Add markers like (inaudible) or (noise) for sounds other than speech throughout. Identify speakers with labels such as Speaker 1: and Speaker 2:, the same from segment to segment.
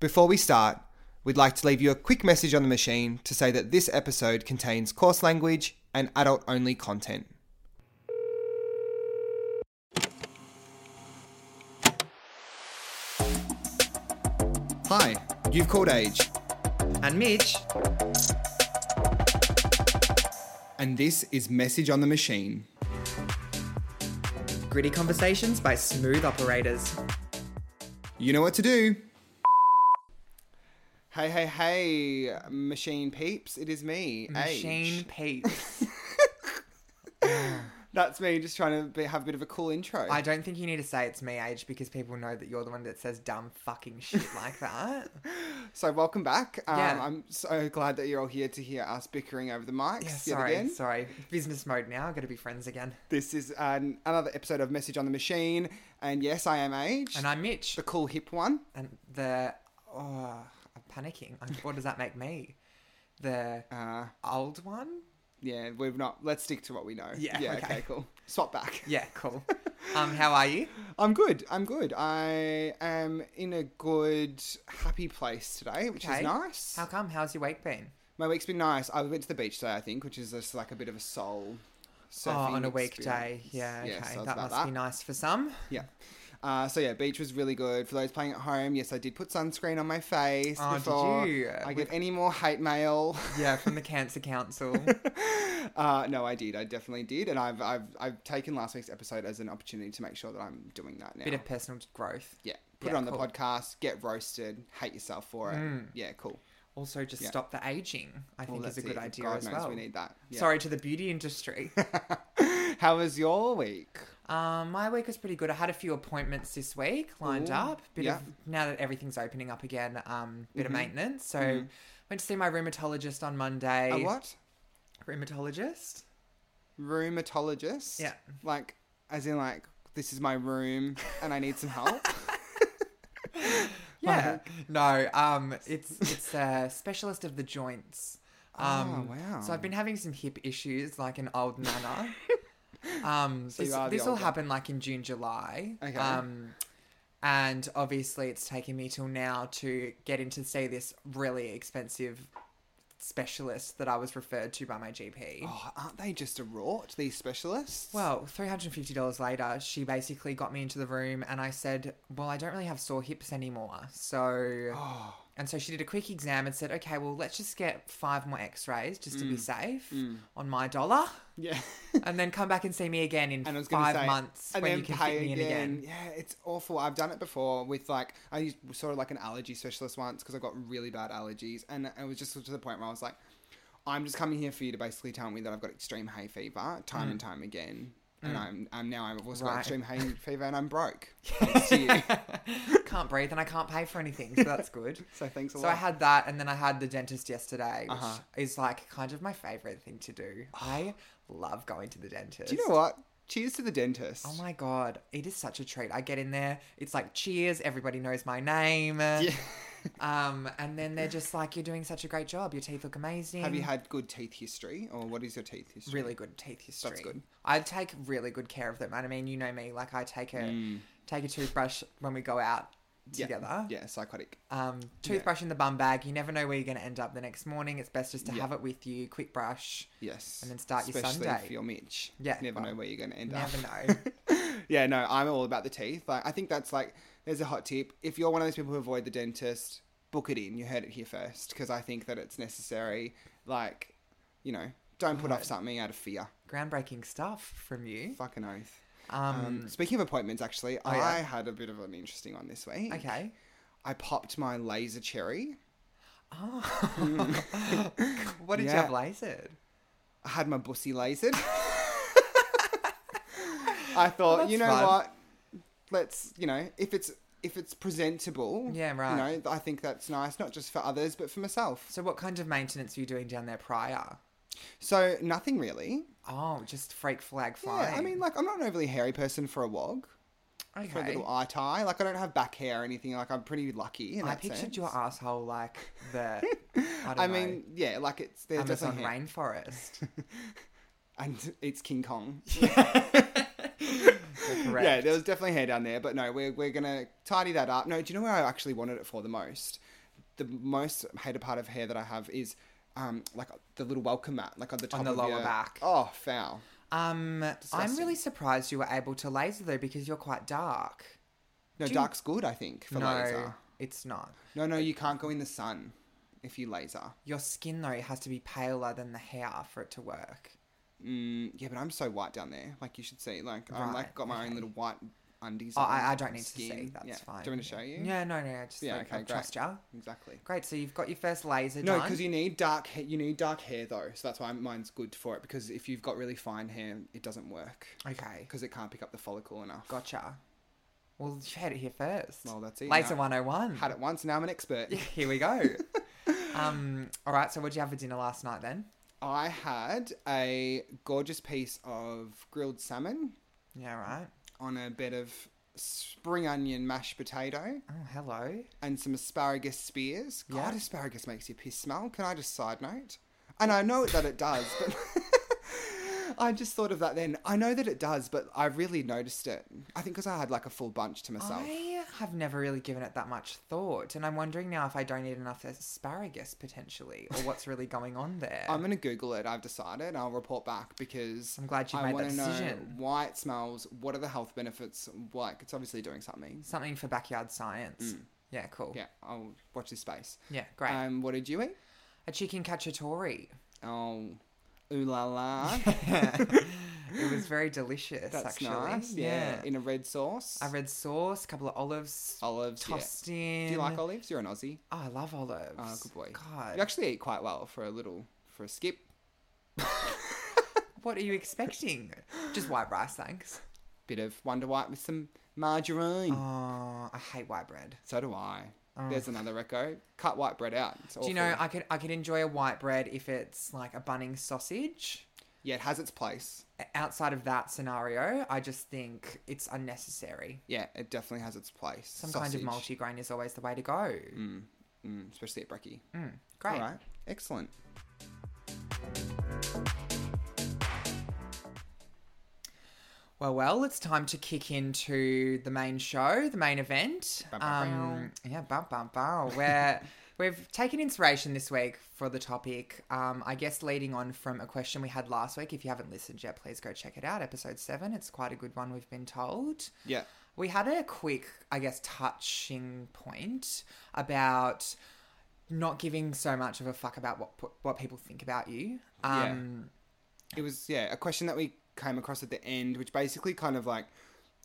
Speaker 1: Before we start, we'd like to leave you a quick message on the machine to say that this episode contains coarse language and adult only content. Hi, you've called Age,
Speaker 2: And Mitch,
Speaker 1: and this is Message on the Machine.
Speaker 2: gritty conversations by smooth operators.
Speaker 1: You know what to do. Hey, hey, hey, machine peeps, it is me,
Speaker 2: Machine
Speaker 1: Age. (laughs)
Speaker 2: peeps.
Speaker 1: That's me just trying to be, have a bit of a cool intro.
Speaker 2: I don't think you need to say it's me age because people know that you're the one that says dumb fucking shit like
Speaker 1: (laughs)
Speaker 2: that.
Speaker 1: So welcome back. Um,
Speaker 2: Yeah.
Speaker 1: I'm so glad that you're all here to hear us bickering over the mics
Speaker 2: Yeah,
Speaker 1: yet
Speaker 2: sorry,
Speaker 1: again.
Speaker 2: sorry. Business mode now. Got to be friends again.
Speaker 1: This is an, another episode of Message on the Machine, and yes, I am Age,
Speaker 2: And I'm Mitch.
Speaker 1: the cool hip one.
Speaker 2: And the oh, I'm panicking. I'm- What does that make me? The
Speaker 1: Uh,
Speaker 2: old one?
Speaker 1: yeah, we've not. Let's stick to what we know.
Speaker 2: Yeah,
Speaker 1: Yeah. Okay.
Speaker 2: (laughs) okay.
Speaker 1: cool. Swap back.
Speaker 2: Yeah,
Speaker 1: (laughs)
Speaker 2: cool. um, how are you?
Speaker 1: I'm good. I'm good. I am in a good, happy place today, which
Speaker 2: Okay.
Speaker 1: is nice.
Speaker 2: How come? How's your week been?
Speaker 1: My week's been nice. I went to the beach today, I think, which is just like a bit of a soul.
Speaker 2: Oh,
Speaker 1: surfing
Speaker 2: on a weekday.
Speaker 1: experience.
Speaker 2: Yeah, okay.
Speaker 1: so it's
Speaker 2: that
Speaker 1: about
Speaker 2: must be nice for some.
Speaker 1: Yeah. Uh, so yeah, beach was really good for those playing at home. Yes, I did put sunscreen on my face
Speaker 2: Oh, did
Speaker 1: before
Speaker 2: you?
Speaker 1: I
Speaker 2: With-
Speaker 1: get any more hate mail. (laughs)
Speaker 2: Yeah, from the Cancer Council.
Speaker 1: uh, no, I did. I definitely did, and I've I've I've taken last week's episode as an opportunity to make sure that I'm doing that now.
Speaker 2: Bit of personal growth.
Speaker 1: yeah, put
Speaker 2: yeah,
Speaker 1: it on
Speaker 2: cool.
Speaker 1: the podcast. Get roasted. Hate yourself for it.
Speaker 2: Mm.
Speaker 1: Yeah, cool.
Speaker 2: Also, just
Speaker 1: Yeah.
Speaker 2: stop the aging. I think is a good idea
Speaker 1: God
Speaker 2: as
Speaker 1: knows
Speaker 2: well.
Speaker 1: We need that. Yeah.
Speaker 2: Sorry to the beauty industry.
Speaker 1: (laughs)
Speaker 2: (laughs)
Speaker 1: How was your week?
Speaker 2: um, my week was pretty good. I had a few appointments this week lined
Speaker 1: Ooh,
Speaker 2: up. Bit
Speaker 1: yeah.
Speaker 2: of now that everything's opening up again. Um, bit
Speaker 1: Mhm.
Speaker 2: of maintenance. So
Speaker 1: Mhm.
Speaker 2: went to see my rheumatologist on Monday.
Speaker 1: A what?
Speaker 2: Rheumatologist.
Speaker 1: Rheumatologist.
Speaker 2: Yeah.
Speaker 1: Like, as in like. This is my room, and I need some
Speaker 2: (laughs)
Speaker 1: help. (laughs)
Speaker 2: Yeah. no. Um, it's it's a specialist of
Speaker 1: (laughs)
Speaker 2: the joints. Um,
Speaker 1: oh wow!
Speaker 2: So I've been having some hip issues, like an
Speaker 1: (laughs)
Speaker 2: old nana. um,
Speaker 1: So you
Speaker 2: this,
Speaker 1: are the
Speaker 2: this will
Speaker 1: old one.
Speaker 2: happen like in June, July.
Speaker 1: Okay.
Speaker 2: Um, and obviously, it's taken me till now to get in to see this really expensive specialist that I was referred to by my GP.
Speaker 1: Oh, aren't they just a rort, these specialists?
Speaker 2: Well, $350 later, she basically got me into the room and I said, Well, I don't really have sore hips anymore. So.
Speaker 1: Oh,
Speaker 2: And so she did a quick exam and said, okay, well, let's just get five more x rays just to be safe
Speaker 1: mm.
Speaker 2: on my dollar. (laughs)
Speaker 1: yeah.
Speaker 2: And then come back and see me again in
Speaker 1: And I was gonna
Speaker 2: five
Speaker 1: say,
Speaker 2: months
Speaker 1: and
Speaker 2: when
Speaker 1: then
Speaker 2: you can
Speaker 1: pay
Speaker 2: fit me
Speaker 1: again.
Speaker 2: in again.
Speaker 1: Yeah, it's awful. I've done it before with like, I used sort of like an allergy specialist once because I got really bad allergies. And it was just to the point where I was like, I'm just coming here for you to basically tell me that I've got extreme hay fever time and time again. And I'm, I'm now, I've also got
Speaker 2: Mm. Right.
Speaker 1: extreme
Speaker 2: (laughs)
Speaker 1: hay fever and I'm broke. Thanks to you. (laughs)
Speaker 2: can't breathe and I can't pay for anything, so that's good.
Speaker 1: So thanks a
Speaker 2: so
Speaker 1: lot.
Speaker 2: I had that, and then I had the dentist yesterday, which
Speaker 1: Uh-huh.
Speaker 2: is like kind of my favorite thing to do.
Speaker 1: (sighs)
Speaker 2: I love going to the dentist.
Speaker 1: Do you know what? Cheers to the dentist.
Speaker 2: Oh my god, it is such a treat. I get in there, it's like cheers, everybody knows my name.
Speaker 1: (laughs) Yeah.
Speaker 2: Um, and then they're just like, You're doing such a great job, your teeth look amazing.
Speaker 1: Have you had good teeth history or what is your teeth history?
Speaker 2: really good teeth history.
Speaker 1: good.
Speaker 2: I take really good care of them. And I mean, you know me, like I take a take a toothbrush when we go out
Speaker 1: Mm. Yeah.
Speaker 2: together.
Speaker 1: Yeah, psychotic.
Speaker 2: Um, toothbrush in the bum bag. You never know where you're going to end up the next morning. It's best just to
Speaker 1: Yeah.
Speaker 2: have it with you. Quick brush.
Speaker 1: Yes.
Speaker 2: And then start your
Speaker 1: Especially
Speaker 2: Sunday.
Speaker 1: if you're Mitch.
Speaker 2: Yeah,
Speaker 1: Never
Speaker 2: well,
Speaker 1: know where you're going to
Speaker 2: You
Speaker 1: end
Speaker 2: never
Speaker 1: up.
Speaker 2: know.
Speaker 1: (laughs) yeah, no, I'm all about the teeth. Like, I think that's like, there's a hot tip. If you're one of those people who avoid the dentist, book it in. You heard it here first because I think that it's necessary. Like, you know, don't put off
Speaker 2: God.
Speaker 1: something out of fear.
Speaker 2: Groundbreaking stuff from you.
Speaker 1: Fucking oath. Um,
Speaker 2: Um, oh,
Speaker 1: speaking of appointments, actually,
Speaker 2: yeah.
Speaker 1: I had a bit of an interesting one this week.
Speaker 2: okay.
Speaker 1: I popped my laser cherry.
Speaker 2: Oh. what did you
Speaker 1: Yeah.
Speaker 2: have lasered?
Speaker 1: I had my bussy
Speaker 2: (laughs)
Speaker 1: lasered. I thought,
Speaker 2: Well,
Speaker 1: you know
Speaker 2: that's fun.
Speaker 1: what? Let's, you know, if it's if it's presentable,
Speaker 2: Yeah,
Speaker 1: You
Speaker 2: right.
Speaker 1: know, I think that's nice, not just for others, but for myself.
Speaker 2: So, what kind of maintenance were you doing down there prior?
Speaker 1: So nothing really.
Speaker 2: Oh, just freak flag flying.
Speaker 1: Yeah, I mean, like I'm not an overly hairy person for a wog,
Speaker 2: okay.
Speaker 1: for a little eye tie. Like I don't have back hair or anything. Like I'm pretty lucky. In
Speaker 2: I
Speaker 1: that
Speaker 2: pictured
Speaker 1: sense.
Speaker 2: your asshole like (laughs) the. I, don't
Speaker 1: I
Speaker 2: know,
Speaker 1: mean, yeah, like it's there's
Speaker 2: Amazon
Speaker 1: definitely hair. (laughs)
Speaker 2: rainforest. (laughs)
Speaker 1: and it's King Kong.
Speaker 2: You're correct.
Speaker 1: Yeah, there was definitely hair down there, but no, we're, we're gonna tidy that up. No, do you know where I actually wanted it for the most? The most hated part of hair that I have is um, like the little welcome mat, like on the top
Speaker 2: the
Speaker 1: of
Speaker 2: lower
Speaker 1: your-
Speaker 2: back.
Speaker 1: Oh, foul.
Speaker 2: Um, I'm
Speaker 1: Disgusting.
Speaker 2: really surprised you were able to laser though, because you're quite dark.
Speaker 1: No,
Speaker 2: Do you-
Speaker 1: dark's good, I think, for
Speaker 2: no,
Speaker 1: laser.
Speaker 2: it's not.
Speaker 1: No, no, you can't go in the sun if you laser.
Speaker 2: Your skin though has to be paler than the hair for it to work.
Speaker 1: Mm, yeah, but I'm so white down there. Like you should see. Like I'm like
Speaker 2: Right,
Speaker 1: got my
Speaker 2: okay.
Speaker 1: own little white undies.
Speaker 2: Oh,
Speaker 1: on,
Speaker 2: I, I don't need to
Speaker 1: skin.
Speaker 2: see. That's
Speaker 1: Yeah.
Speaker 2: fine.
Speaker 1: Do you want me to show you?
Speaker 2: Yeah, no, no, no just
Speaker 1: Yeah,
Speaker 2: like,
Speaker 1: okay,
Speaker 2: I
Speaker 1: great.
Speaker 2: trust ya.
Speaker 1: Exactly.
Speaker 2: Great. So you've got your first laser
Speaker 1: No,
Speaker 2: done.
Speaker 1: because you need dark. ha- You need dark hair though, so that's why mine's good for it. Because if you've got really fine hair, it doesn't work
Speaker 2: Okay,
Speaker 1: because it can't pick up the follicle enough.
Speaker 2: gotcha. Well, you had it here first.
Speaker 1: Well, that's it.
Speaker 2: laser
Speaker 1: now.
Speaker 2: 101.
Speaker 1: Had it once. Now I'm an expert.
Speaker 2: Here we go. um, all right. So, what would you have for dinner last night then?
Speaker 1: (laughs) I had a gorgeous piece of grilled salmon
Speaker 2: Yeah, right.
Speaker 1: on a bed of spring onion mashed potato
Speaker 2: Oh, hello.
Speaker 1: and some asparagus spears. God,
Speaker 2: Yeah.
Speaker 1: asparagus makes your piss smell. Can I just side note? And I know that it does, but (laughs) I just thought of that then. I know that it does, but I really noticed it. I think because I had like a full bunch to myself.
Speaker 2: I have never really given it that much thought, and I'm wondering now if I don't eat enough asparagus potentially, or what's really going on there.
Speaker 1: I'm going to Google it. I've decided. I'll report back because
Speaker 2: I'm glad you
Speaker 1: I
Speaker 2: made that
Speaker 1: want to know
Speaker 2: decision.
Speaker 1: why it smells. What are the health benefits? Like, it's obviously doing something.
Speaker 2: Something for backyard science. Yeah, cool. Yeah,
Speaker 1: Mm. Yeah, I'll watch this space.
Speaker 2: great.
Speaker 1: Um, what did you eat?
Speaker 2: a chicken cacciatore.
Speaker 1: Oh, ooh la
Speaker 2: (laughs)
Speaker 1: la.
Speaker 2: it
Speaker 1: (gasps)
Speaker 2: was very delicious,
Speaker 1: That's
Speaker 2: actually.
Speaker 1: nice. Yeah. in a red sauce.
Speaker 2: I read sauce, a couple of olives
Speaker 1: olives. yeah.
Speaker 2: tossed in.
Speaker 1: Do you like olives? You're an Aussie.
Speaker 2: Oh, I love olives.
Speaker 1: Oh, good boy.
Speaker 2: God.
Speaker 1: You actually eat quite well for a little for a skip.
Speaker 2: What are you expecting? Just white rice, thanks.
Speaker 1: Bit of Wonder White with some margarine.
Speaker 2: Oh, I hate white bread.
Speaker 1: So do I.
Speaker 2: Oh.
Speaker 1: There's another reco. Cut white bread out. It's
Speaker 2: Do you know
Speaker 1: awful.
Speaker 2: I could I could enjoy a white bread if it's like a bunning sausage.
Speaker 1: Yeah, it has its place.
Speaker 2: Outside of that scenario, I just think it's unnecessary.
Speaker 1: Yeah, it definitely has its place.
Speaker 2: Some kind of
Speaker 1: Sausage.
Speaker 2: multigrain is always the way to go.
Speaker 1: Mm, mm, especially at brekkie.
Speaker 2: Mm, great.
Speaker 1: All right. Excellent.
Speaker 2: Well, well, it's time to kick into the main show, the main event.
Speaker 1: Bum, bum,
Speaker 2: Um, yeah, bum bum bum. Where (laughs) we've taken inspiration this week for the topic. Um, I guess leading on from a question we had last week. If you haven't listened yet, please go check it out. Episode seven. It's quite a good one. We've been told.
Speaker 1: Yeah.
Speaker 2: We had a quick, I guess, touching point about not giving so much of a fuck about what what people think about you.
Speaker 1: Yeah.
Speaker 2: Um,
Speaker 1: It was yeah, a question that we came across at the end, which basically kind of like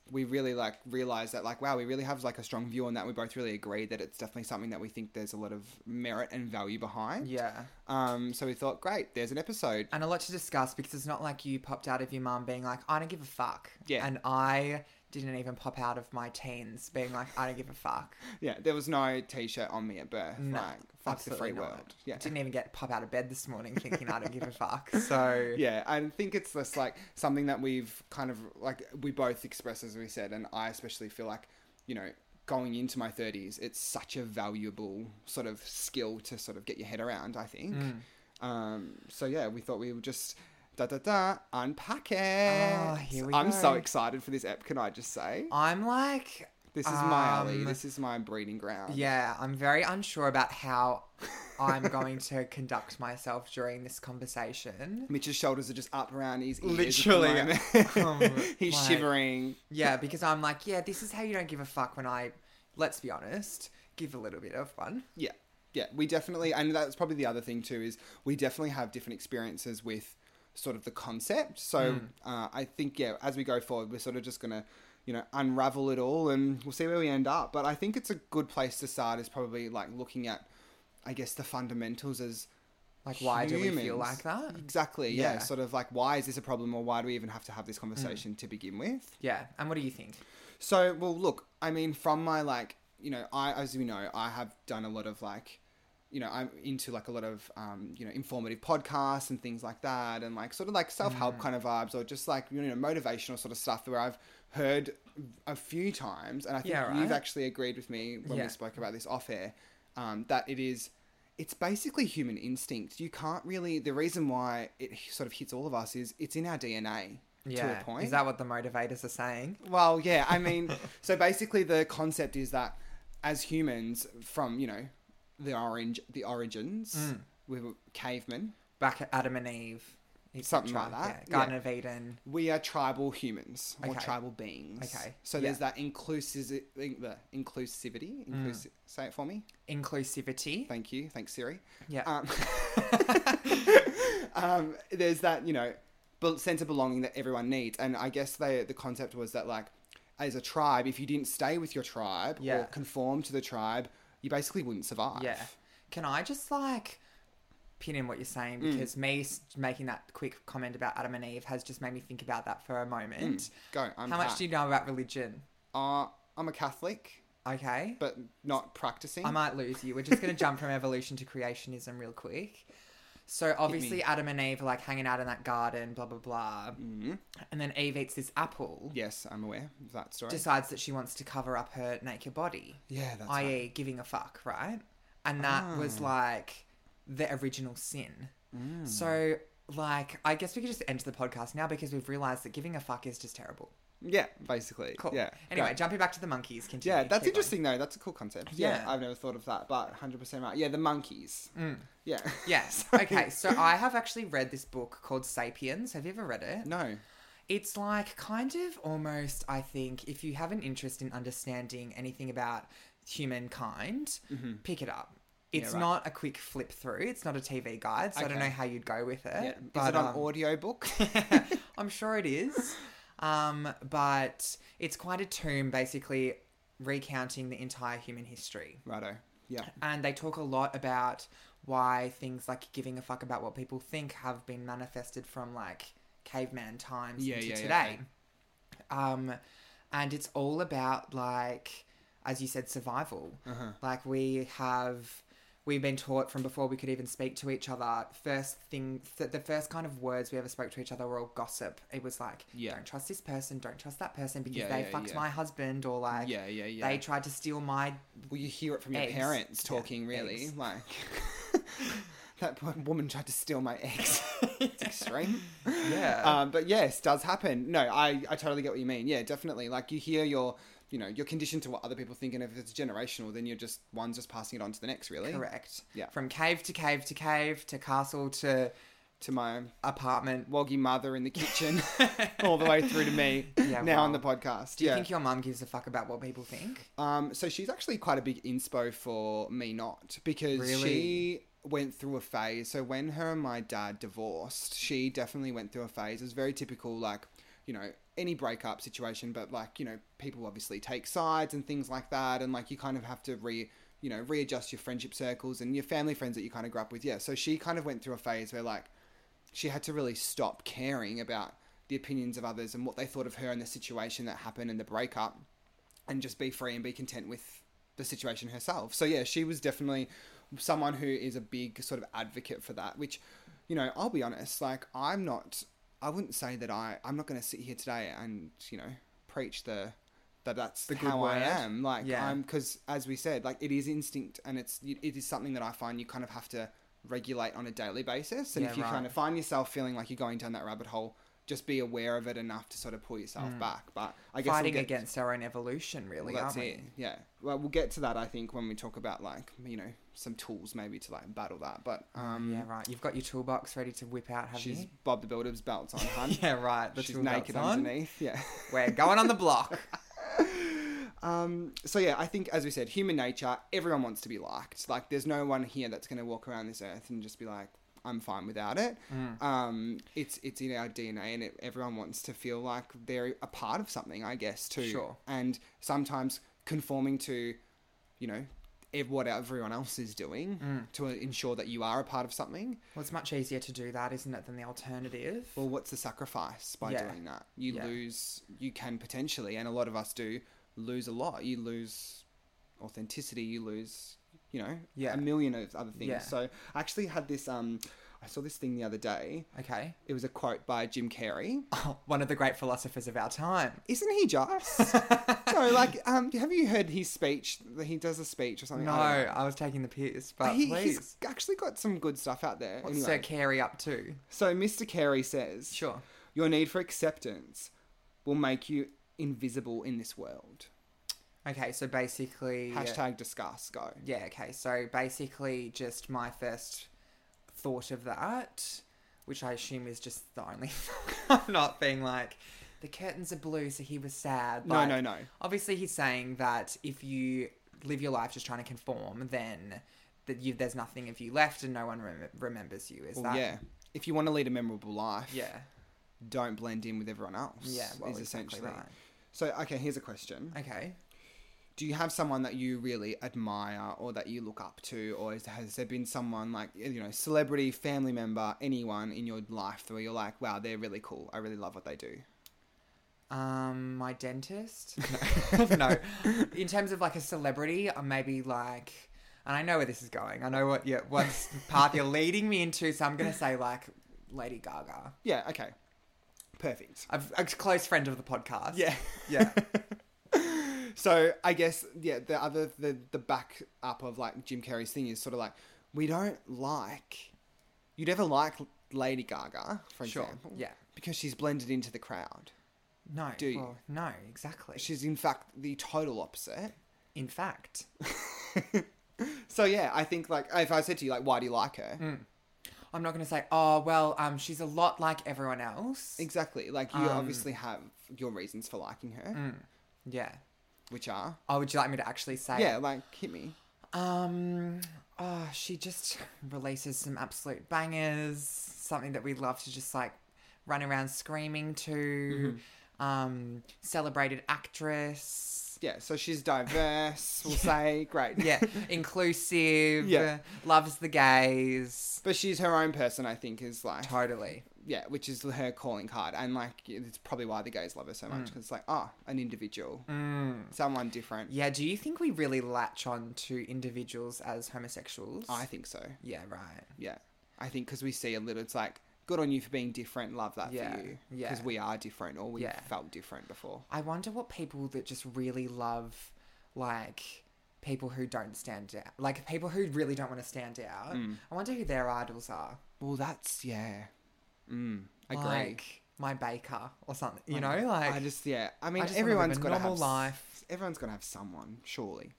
Speaker 1: we really like realized that like wow, we really have like a strong view on that. We both really agree that it's definitely something that we think there's a lot of merit and value behind.
Speaker 2: yeah.
Speaker 1: Um, so we thought, great, there's an episode.
Speaker 2: and a lot to discuss because it's not like you popped out of your mum being like, I don't give a fuck.
Speaker 1: Yeah.
Speaker 2: And I didn't even pop out of my teens being like, I don't give
Speaker 1: (laughs)
Speaker 2: a fuck.
Speaker 1: Yeah, there was no T-shirt on me at birth.
Speaker 2: No,
Speaker 1: like fuck the
Speaker 2: absolutely
Speaker 1: free
Speaker 2: not.
Speaker 1: world. Yeah.
Speaker 2: Didn't even get pop out of bed this morning thinking I don't give a fuck. So
Speaker 1: (laughs) Yeah, I think it's just like something that we've kind of like we both express as we said, and I especially feel like you know going into my 30s, it's such a valuable sort of skill to sort of get your head around. I think.
Speaker 2: Hmm.
Speaker 1: Um, so yeah, we thought we would just da da da unpack it.
Speaker 2: Ah, here we
Speaker 1: I'm so
Speaker 2: go.
Speaker 1: excited for this ep. Can I just say
Speaker 2: I'm like,
Speaker 1: this is my alley.
Speaker 2: Um,
Speaker 1: This is my breeding ground.
Speaker 2: yeah, I'm very unsure
Speaker 1: (laughs)
Speaker 2: about how I'm going to conduct myself during this conversation.
Speaker 1: Mitch's shoulders are just up around his ears. at the
Speaker 2: Literally,
Speaker 1: moment. (laughs)
Speaker 2: um,
Speaker 1: he's
Speaker 2: like-
Speaker 1: shivering.
Speaker 2: Yeah, because I'm like, yeah, this is how you don't give a fuck when I, let's be honest, give a little bit of one.
Speaker 1: (laughs) Yeah, yeah, we definitely, and that's probably the other thing too is we definitely have different experiences with sort of the concept. So
Speaker 2: Hmm.
Speaker 1: uh, I think yeah, as we go forward, we're sort of just gonna you know unravel it all, and we'll see where we end up. But I think it's a good place to start is probably like looking at, I guess, the fundamentals as
Speaker 2: Like, why do we feel
Speaker 1: Humans.
Speaker 2: like that?
Speaker 1: exactly yeah.
Speaker 2: Yeah. Hmm.
Speaker 1: sort of like why is this a problem or why do we even have to have this conversation to begin with.
Speaker 2: Yeah. And what do you think?
Speaker 1: So, well, look, I mean, from my like, you know, I as we know, I have done a lot of like, you know, I'm into like a lot of um, you know, informative podcasts and things like that, and like sort of like self
Speaker 2: Mm.
Speaker 1: help kind of vibes, or just like you know, motivational sort of stuff where I've heard a few times, and I think
Speaker 2: Yeah, right.
Speaker 1: you've actually agreed with me when
Speaker 2: Yeah.
Speaker 1: we spoke about this off air um, that it is. It's basically human instinct. You can't really. The reason why it sort of hits all of us is it's in our DNA.
Speaker 2: Yeah.
Speaker 1: to a point.
Speaker 2: Is that what the motivators are saying?
Speaker 1: Well, yeah, I mean, (laughs) so basically the concept is that as humans from, you know, the orange the origins,
Speaker 2: Mm.
Speaker 1: we were cavemen,
Speaker 2: Back at Adam and Eve. et
Speaker 1: Something
Speaker 2: cetera.
Speaker 1: like that,
Speaker 2: Yeah. Garden of Eden.
Speaker 1: we are tribal humans or
Speaker 2: Okay.
Speaker 1: tribal beings.
Speaker 2: Okay,
Speaker 1: So there's
Speaker 2: yeah. Mm.
Speaker 1: that inclusive the inclusivity, inclusi- say it for me.
Speaker 2: Inclusivity.
Speaker 1: Thank you. Thanks Siri.
Speaker 2: Yeah. (laughs)
Speaker 1: Um, um, there's that you know bel- sense of belonging that everyone needs, and I guess they the concept was that like as a tribe, if you didn't stay with your tribe
Speaker 2: Yeah.
Speaker 1: or conform to the tribe, you basically wouldn't survive.
Speaker 2: Yeah. Can I just like pin in what you're saying because me s- making that quick comment about Adam and Eve has just made me think about that for a moment.
Speaker 1: Go. I'm
Speaker 2: How much do you know about religion?
Speaker 1: Uh, I'm a Catholic,
Speaker 2: Okay.
Speaker 1: but not practicing.
Speaker 2: I might lose you. We're just going to jump from evolution to creationism real quick. So obviously Adam and Eve are like hanging out in that garden, blah blah blah.
Speaker 1: Mhm.
Speaker 2: And then Eve eats this apple.
Speaker 1: Yes, I'm aware of that story.
Speaker 2: Decides that she wants to cover up her naked body.
Speaker 1: yeah, that's
Speaker 2: i.e.
Speaker 1: right. Ah.
Speaker 2: giving a fuck, right? And that was like the original sin.
Speaker 1: Mm.
Speaker 2: So, like, I guess we could just end the podcast now because we've realized that giving a fuck is just terrible.
Speaker 1: Yeah, basically.
Speaker 2: Cool.
Speaker 1: Yeah.
Speaker 2: Anyway,
Speaker 1: go.
Speaker 2: jumping back to the monkeys. Continue.
Speaker 1: Yeah,
Speaker 2: Keep
Speaker 1: that's
Speaker 2: going.
Speaker 1: interesting though. That's a cool concept. Yeah.
Speaker 2: Yeah.
Speaker 1: I've never thought of that, but 100% right. Yeah, the monkeys. Yeah. (laughs)
Speaker 2: Yes. Okay. So I have actually read this book called *Sapiens*. Have you ever read it?
Speaker 1: No.
Speaker 2: It's like kind of almost, I think, if you have an interest in understanding anything about humankind, pick it up. It's
Speaker 1: Mm-hmm. right.
Speaker 2: not a quick flip through. It's not a TV guide, so I don't
Speaker 1: Okay.
Speaker 2: know how you'd go with it.
Speaker 1: Yeah.
Speaker 2: but,
Speaker 1: Is it on
Speaker 2: um, (laughs)
Speaker 1: audiobook?
Speaker 2: I'm sure
Speaker 1: (laughs)
Speaker 2: it is. Um, but it's quite a tome, basically recounting the entire human history.
Speaker 1: Righto. Yeah.
Speaker 2: And they talk a lot about why things like giving a fuck about what people think have been manifested from like caveman times
Speaker 1: Yeah,
Speaker 2: into
Speaker 1: yeah, yeah,
Speaker 2: today. Um, and it's all about like, as you said, survival. Like we have, we've been taught from before we could even speak to each other. First thing, th- the first kind of words we ever spoke to each other were all gossip. It was like,
Speaker 1: Yeah.
Speaker 2: don't trust this person, don't trust that person because
Speaker 1: Yeah,
Speaker 2: they
Speaker 1: yeah,
Speaker 2: fucked
Speaker 1: yeah.
Speaker 2: my husband or like,
Speaker 1: Yeah, yeah, yeah.
Speaker 2: they tried to steal my
Speaker 1: well, you hear it from your
Speaker 2: Eggs.
Speaker 1: parents
Speaker 2: Yeah,
Speaker 1: talking, really.
Speaker 2: eggs.
Speaker 1: Like, (laughs) that poor woman tried to steal my eggs. (laughs) it's extreme.
Speaker 2: (laughs) yeah.
Speaker 1: Um, but yes, does happen. No, I, I totally get what you mean. Yeah, definitely. Like, you hear your. You know, you're conditioned to what other people think, and if it's generational, then you're just one's just passing it on to the next, really.
Speaker 2: Correct.
Speaker 1: Yeah.
Speaker 2: From cave to cave to cave to castle to
Speaker 1: To my
Speaker 2: apartment.
Speaker 1: woggy mother in the
Speaker 2: (laughs)
Speaker 1: kitchen, all the way through to me
Speaker 2: Yeah,
Speaker 1: now on
Speaker 2: wow.
Speaker 1: the podcast.
Speaker 2: Do you
Speaker 1: yeah.
Speaker 2: think your mum gives a fuck about what people think?
Speaker 1: Um, so she's actually quite a big inspo for me not because
Speaker 2: Really?
Speaker 1: she went through a phase. So when her and my dad divorced, she definitely went through a phase. It was very typical, like you know any breakup situation, but like you know people obviously take sides and things like that, and like you kind of have to re you know readjust your friendship circles and your family friends that you kind of grew up with. Yeah, so she kind of went through a phase where like she had to really stop caring about the opinions of others and what they thought of her and the situation that happened and the breakup and just be free and be content with the situation herself. So yeah, she was definitely someone who is a big sort of advocate for that, which you know, I'll be honest, like I'm not I wouldn't say that I I'm not going to sit here today and, you know, preach the that that's
Speaker 2: The good
Speaker 1: how I
Speaker 2: word.
Speaker 1: am. Like
Speaker 2: Yeah.
Speaker 1: I'm because as we said, like it is instinct and it's it is something that I find you kind of have to regulate on a daily basis. And
Speaker 2: Yeah,
Speaker 1: if you
Speaker 2: right.
Speaker 1: kind of find yourself feeling like you're going down that rabbit hole, just be aware of it enough to sort of pull yourself back. But I guess we'll
Speaker 2: Mm. Fighting
Speaker 1: get-
Speaker 2: against our own evolution, really,
Speaker 1: well, that's
Speaker 2: aren't we?
Speaker 1: it. Yeah. Well, we'll get to that. I think when we talk about like you know some tools maybe to like battle that. But um,
Speaker 2: Mm, Yeah, right. You've got your toolbox ready to whip out, have
Speaker 1: she's (laughs)
Speaker 2: you?
Speaker 1: Bob the Builder's belts on, hun.
Speaker 2: (laughs) Yeah, right. The
Speaker 1: she's
Speaker 2: toolbox
Speaker 1: naked
Speaker 2: on.
Speaker 1: underneath. Yeah. (laughs)
Speaker 2: We're going on the block.
Speaker 1: Um, so yeah, I think as we said, human nature. Everyone wants to be liked. Like, there's no one here that's going to walk around this earth and just be like, "I'm fine without it."
Speaker 2: Mm.
Speaker 1: Um, it's it's in our DNA, and it, everyone wants to feel like they're a part of something. I guess too.
Speaker 2: Sure.
Speaker 1: And sometimes conforming to, you know, ev- what everyone else is doing
Speaker 2: Mm.
Speaker 1: to ensure that you are a part of something.
Speaker 2: well, it's much easier to do that, isn't it, than the alternative?
Speaker 1: Well, what's the sacrifice by
Speaker 2: Yeah.
Speaker 1: doing that? You
Speaker 2: Yeah.
Speaker 1: lose, you can potentially, and a lot of us do, lose a lot. You lose authenticity, you lose, you know,
Speaker 2: Yeah.
Speaker 1: a million of other things.
Speaker 2: Yeah.
Speaker 1: So I actually had this, um, I saw this thing the other day.
Speaker 2: okay. Oh,
Speaker 1: It was a quote by Jim Carrey.
Speaker 2: One of the great philosophers of
Speaker 1: (laughs)
Speaker 2: our time.
Speaker 1: Isn't he just?
Speaker 2: (laughs)
Speaker 1: no, like, um, have you heard his speech? That He does a speech or something.
Speaker 2: No,
Speaker 1: I don't know.
Speaker 2: I was taking the piss, but
Speaker 1: he,
Speaker 2: please.
Speaker 1: he's actually got some good stuff out there.
Speaker 2: What's
Speaker 1: Anyway,
Speaker 2: Sir Carey up to?
Speaker 1: so Mr. Carey says,
Speaker 2: Sure.
Speaker 1: Your need for acceptance will make you invisible in this world.
Speaker 2: Okay, so basically.
Speaker 1: Hashtag discuss, go.
Speaker 2: Yeah, okay. So basically, just my first thought of that, which I assume is just the only. (laughs) I'm not being like, the curtains are blue, so he was sad.
Speaker 1: No,
Speaker 2: Like,
Speaker 1: no, no.
Speaker 2: Obviously, he's saying that if you live your life just trying to conform, then that you there's nothing of you left, and no one rem- remembers you. Is
Speaker 1: Well,
Speaker 2: that
Speaker 1: yeah. If you want to lead a memorable life,
Speaker 2: yeah,
Speaker 1: don't blend in with everyone else.
Speaker 2: yeah? Well,
Speaker 1: is
Speaker 2: exactly
Speaker 1: essentially.
Speaker 2: right.
Speaker 1: So, okay, here's a question.
Speaker 2: Okay.
Speaker 1: Do you have someone that you really admire or that you look up to, or is, has there been someone like you know, celebrity, family member, anyone in your life where you're like, wow, they're really cool. I really love what they do.
Speaker 2: Um,
Speaker 1: (laughs)
Speaker 2: my dentist. (laughs) No. In terms of like a celebrity, uh, maybe like, and I know where this is going. I know what you what path you're leading me into. So I'm gonna say like Lady Gaga,
Speaker 1: Yeah. Okay. Perfect.
Speaker 2: a, a close friend of the podcast.
Speaker 1: Yeah. (laughs)
Speaker 2: yeah.
Speaker 1: So I guess yeah, the other the the back up of like Jim Carrey's thing is sort of like we don't like you'd ever like Lady Gaga, for
Speaker 2: Sure.
Speaker 1: example.
Speaker 2: Yeah.
Speaker 1: Because she's blended into the crowd.
Speaker 2: No.
Speaker 1: Do you?
Speaker 2: well, no, exactly.
Speaker 1: She's in fact the total opposite.
Speaker 2: In fact,
Speaker 1: So yeah, I think like if I said to you like why do you like her?
Speaker 2: Mm. I'm not gonna say, oh well, um, she's a lot like everyone else.
Speaker 1: Exactly. Like you
Speaker 2: Um, mm.
Speaker 1: obviously have your reasons for liking her,
Speaker 2: yeah.
Speaker 1: which are
Speaker 2: Oh, would you like me to actually say?
Speaker 1: yeah, like hit me.
Speaker 2: Um, oh, she just (laughs) releases some absolute bangers, something that we love to just like run around screaming
Speaker 1: Mm-hmm.
Speaker 2: to. Um, celebrated
Speaker 1: (laughs)
Speaker 2: actress.
Speaker 1: Yeah, so she's diverse,
Speaker 2: (laughs)
Speaker 1: we'll say, great.
Speaker 2: Yeah, inclusive.
Speaker 1: Yeah.
Speaker 2: Loves the gays.
Speaker 1: But she's her own person, I think, is like
Speaker 2: Totally.
Speaker 1: yeah, which is her calling card, and like it's probably why the gays love her so
Speaker 2: Mm.
Speaker 1: much because it's like ah, an individual, someone different.
Speaker 2: Yeah, do you think we really latch on to individuals as homosexuals?
Speaker 1: I think so.
Speaker 2: yeah, right.
Speaker 1: Yeah, I think because we see a little, it's like good on you for being different. Love that
Speaker 2: Yeah,
Speaker 1: for you
Speaker 2: yeah.
Speaker 1: because we are different or we
Speaker 2: Yeah.
Speaker 1: felt different before.
Speaker 2: I wonder what people that just really love, like, people who don't stand out, like people who really don't want to stand out.
Speaker 1: Hmm.
Speaker 2: I wonder who their idols are.
Speaker 1: Well, that's yeah. Mm, agree.
Speaker 2: Like my baker or something. You know, like
Speaker 1: I just yeah. I mean,
Speaker 2: I just wanna live
Speaker 1: everyone's
Speaker 2: a
Speaker 1: got to have
Speaker 2: normal
Speaker 1: s-
Speaker 2: life.
Speaker 1: Everyone's got to have someone, surely.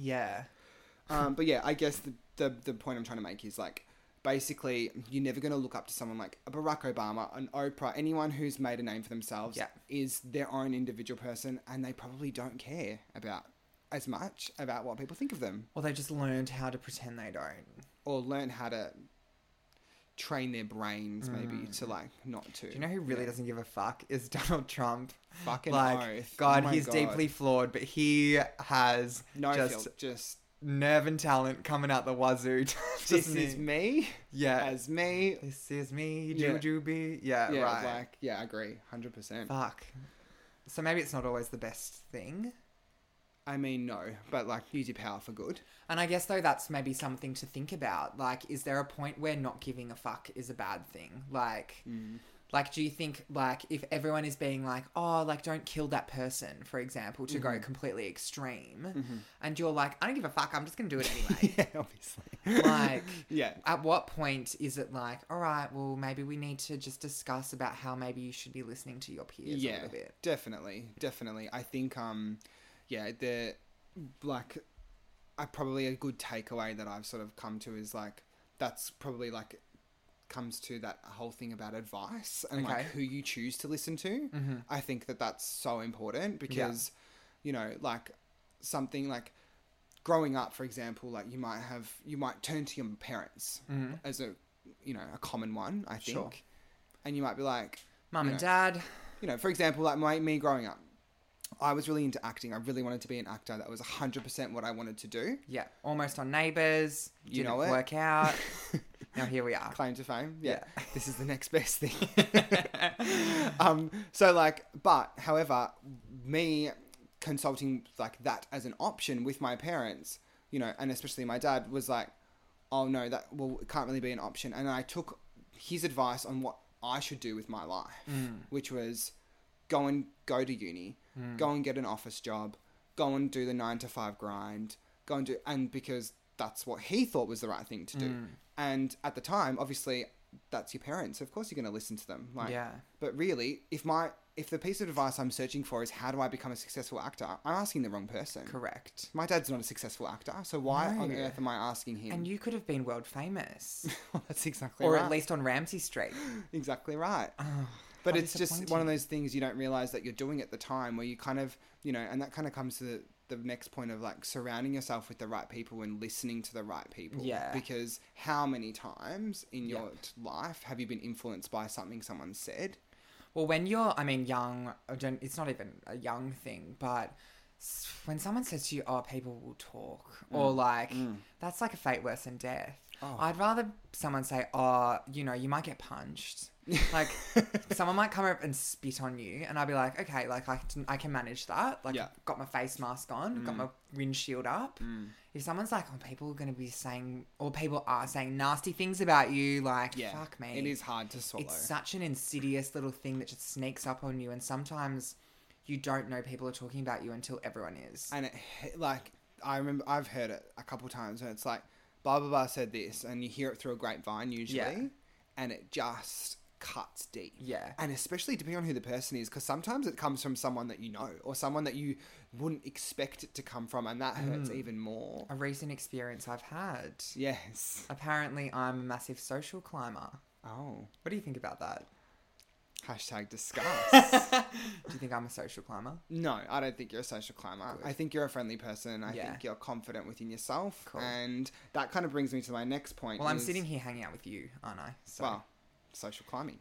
Speaker 2: yeah,
Speaker 1: Um, but yeah, I guess the, the the point I'm trying to make is like basically you're never going to look up to someone like a Barack Obama, an Oprah, anyone who's made a name for themselves
Speaker 2: Yeah.
Speaker 1: is their own individual person, and they probably don't care about as much about what people think of them
Speaker 2: or they just learned how to pretend they don't.
Speaker 1: or learn how to train their brains maybe to like not to.
Speaker 2: Mm. Do you know who really doesn't give a fuck is (laughs) Donald Trump.
Speaker 1: Fucking
Speaker 2: like
Speaker 1: oath.
Speaker 2: God,
Speaker 1: Oh my
Speaker 2: he's
Speaker 1: God.
Speaker 2: deeply flawed, but he has
Speaker 1: no
Speaker 2: just
Speaker 1: filter, just
Speaker 2: nerve and talent coming out the wazoo. (laughs) Just
Speaker 1: this is me
Speaker 2: yeah.
Speaker 1: as me.
Speaker 2: this is me,
Speaker 1: Yeah.
Speaker 2: Jujubee. Yeah,
Speaker 1: Yeah,
Speaker 2: right.
Speaker 1: like yeah, I agree, hundred percent.
Speaker 2: Fuck. So maybe it's not always the best thing.
Speaker 1: I mean, no, but like use your power for
Speaker 2: (laughs)
Speaker 1: good.
Speaker 2: And I guess though that's maybe something to think about. Like, is there a point where not giving a fuck is a bad thing? Like, like do you think like if everyone is being like, oh, like don't kill that person, for example, to go completely extreme, and you're like, I don't give a fuck, I'm just gonna do it anyway. (laughs)
Speaker 1: yeah, obviously.
Speaker 2: like,
Speaker 1: Yeah.
Speaker 2: at what point is it like, all right, well maybe we need to just discuss about how maybe you should be listening to your peers a
Speaker 1: Yeah.
Speaker 2: little bit.
Speaker 1: Definitely. Definitely. I think um yeah, the like I probably a good takeaway that I've sort of come to is like that's probably like comes to that whole thing about advice and like
Speaker 2: Okay. Mm-hmm.
Speaker 1: who you choose to listen to. I think that that's so important because you know, like something like growing up for example like you might have you might turn to your parents as a you know a common one i think
Speaker 2: Mm-hmm. Sure.
Speaker 1: and you might be like
Speaker 2: Mum
Speaker 1: you
Speaker 2: and
Speaker 1: know,
Speaker 2: dad.
Speaker 1: you know, for example, like my me growing up, I was really into acting. I really wanted to be an actor. That was hundred percent what I wanted to do.
Speaker 2: Yeah, almost on neighbours. Didn't
Speaker 1: You know it. (laughs)
Speaker 2: work out. now here we are.
Speaker 1: Claim to fame. Yeah, this is the next best (laughs) thing. (laughs) um, so like, but however, me consulting like that as an option with my parents, you know, and especially my dad was like, oh no, that well it can't really be an option. And I took his advice on what I should do with my life, which was go and go to uni, go and get an office job, go and do the nine to five grind, go and do, and because that's what he thought was the right thing to do. And at the time, obviously, that's your parents. Of course, you're going to listen to them. Like,
Speaker 2: yeah.
Speaker 1: But really, if my if the piece of advice I'm searching for is how do I become a successful actor, I'm asking the wrong person.
Speaker 2: Correct.
Speaker 1: My dad's not a successful actor, so why on
Speaker 2: No.
Speaker 1: earth am I asking him? (laughs)
Speaker 2: And you could have been world famous,
Speaker 1: that's exactly
Speaker 2: or
Speaker 1: right.
Speaker 2: at least on
Speaker 1: (gasps)
Speaker 2: Ramsey Street.
Speaker 1: exactly right.
Speaker 2: Oh,
Speaker 1: But
Speaker 2: how
Speaker 1: it's just one of
Speaker 2: disappointing.
Speaker 1: those things you don't realize that you're doing at the time where you kind of, you know, and that kind of comes to the, the next point of like surrounding yourself with the right people and listening to the right people.
Speaker 2: Yeah.
Speaker 1: Because how many times in your t- life have you been influenced by something someone said?
Speaker 2: Well, when you're, I mean, young, I don't- it's not even a young thing, but s- when someone says to you, oh, people will talk, or like, that's like a fate worse than death.
Speaker 1: Mm. Oh.
Speaker 2: I'd rather someone say, oh, you know, you might
Speaker 1: (laughs)
Speaker 2: get punched. like, someone might come up and spit on you, and I'd be like, okay, like, I can, I can manage that. Like,
Speaker 1: Yeah. Mm.
Speaker 2: I've got my face mask on, got my windshield up. If someone's like, oh, people are going to be saying, or people are saying nasty things about you, like,
Speaker 1: Yeah.
Speaker 2: fuck me.
Speaker 1: It is hard to swallow.
Speaker 2: It's such an insidious little thing that just sneaks up on you, and sometimes you don't know people are talking about you until everyone is.
Speaker 1: and it h- like I remember I've heard it a couple times and it's like blah blah blah said this and you hear it through a grapevine usually
Speaker 2: Yeah.
Speaker 1: and it just cuts deep.
Speaker 2: Yeah.
Speaker 1: And especially depending on who the person is because sometimes it comes from someone that you know or someone that you wouldn't expect it to come from and that hurts
Speaker 2: Mm.
Speaker 1: even more.
Speaker 2: A recent experience I've had.
Speaker 1: Yes.
Speaker 2: Apparently, I'm a massive social climber.
Speaker 1: Oh.
Speaker 2: What do you think
Speaker 1: (laughs)
Speaker 2: about that?
Speaker 1: Hashtag disgust.
Speaker 2: (laughs) Do you think I'm a social climber?
Speaker 1: no, I don't think you're a social climber.
Speaker 2: Good.
Speaker 1: I think you're a friendly person. I
Speaker 2: Yeah.
Speaker 1: think you're confident within yourself.
Speaker 2: Cool.
Speaker 1: And that kind of brings me to my next point.
Speaker 2: Well, I'm
Speaker 1: is-
Speaker 2: sitting here hanging out with you, aren't I? So
Speaker 1: Well, social climbing.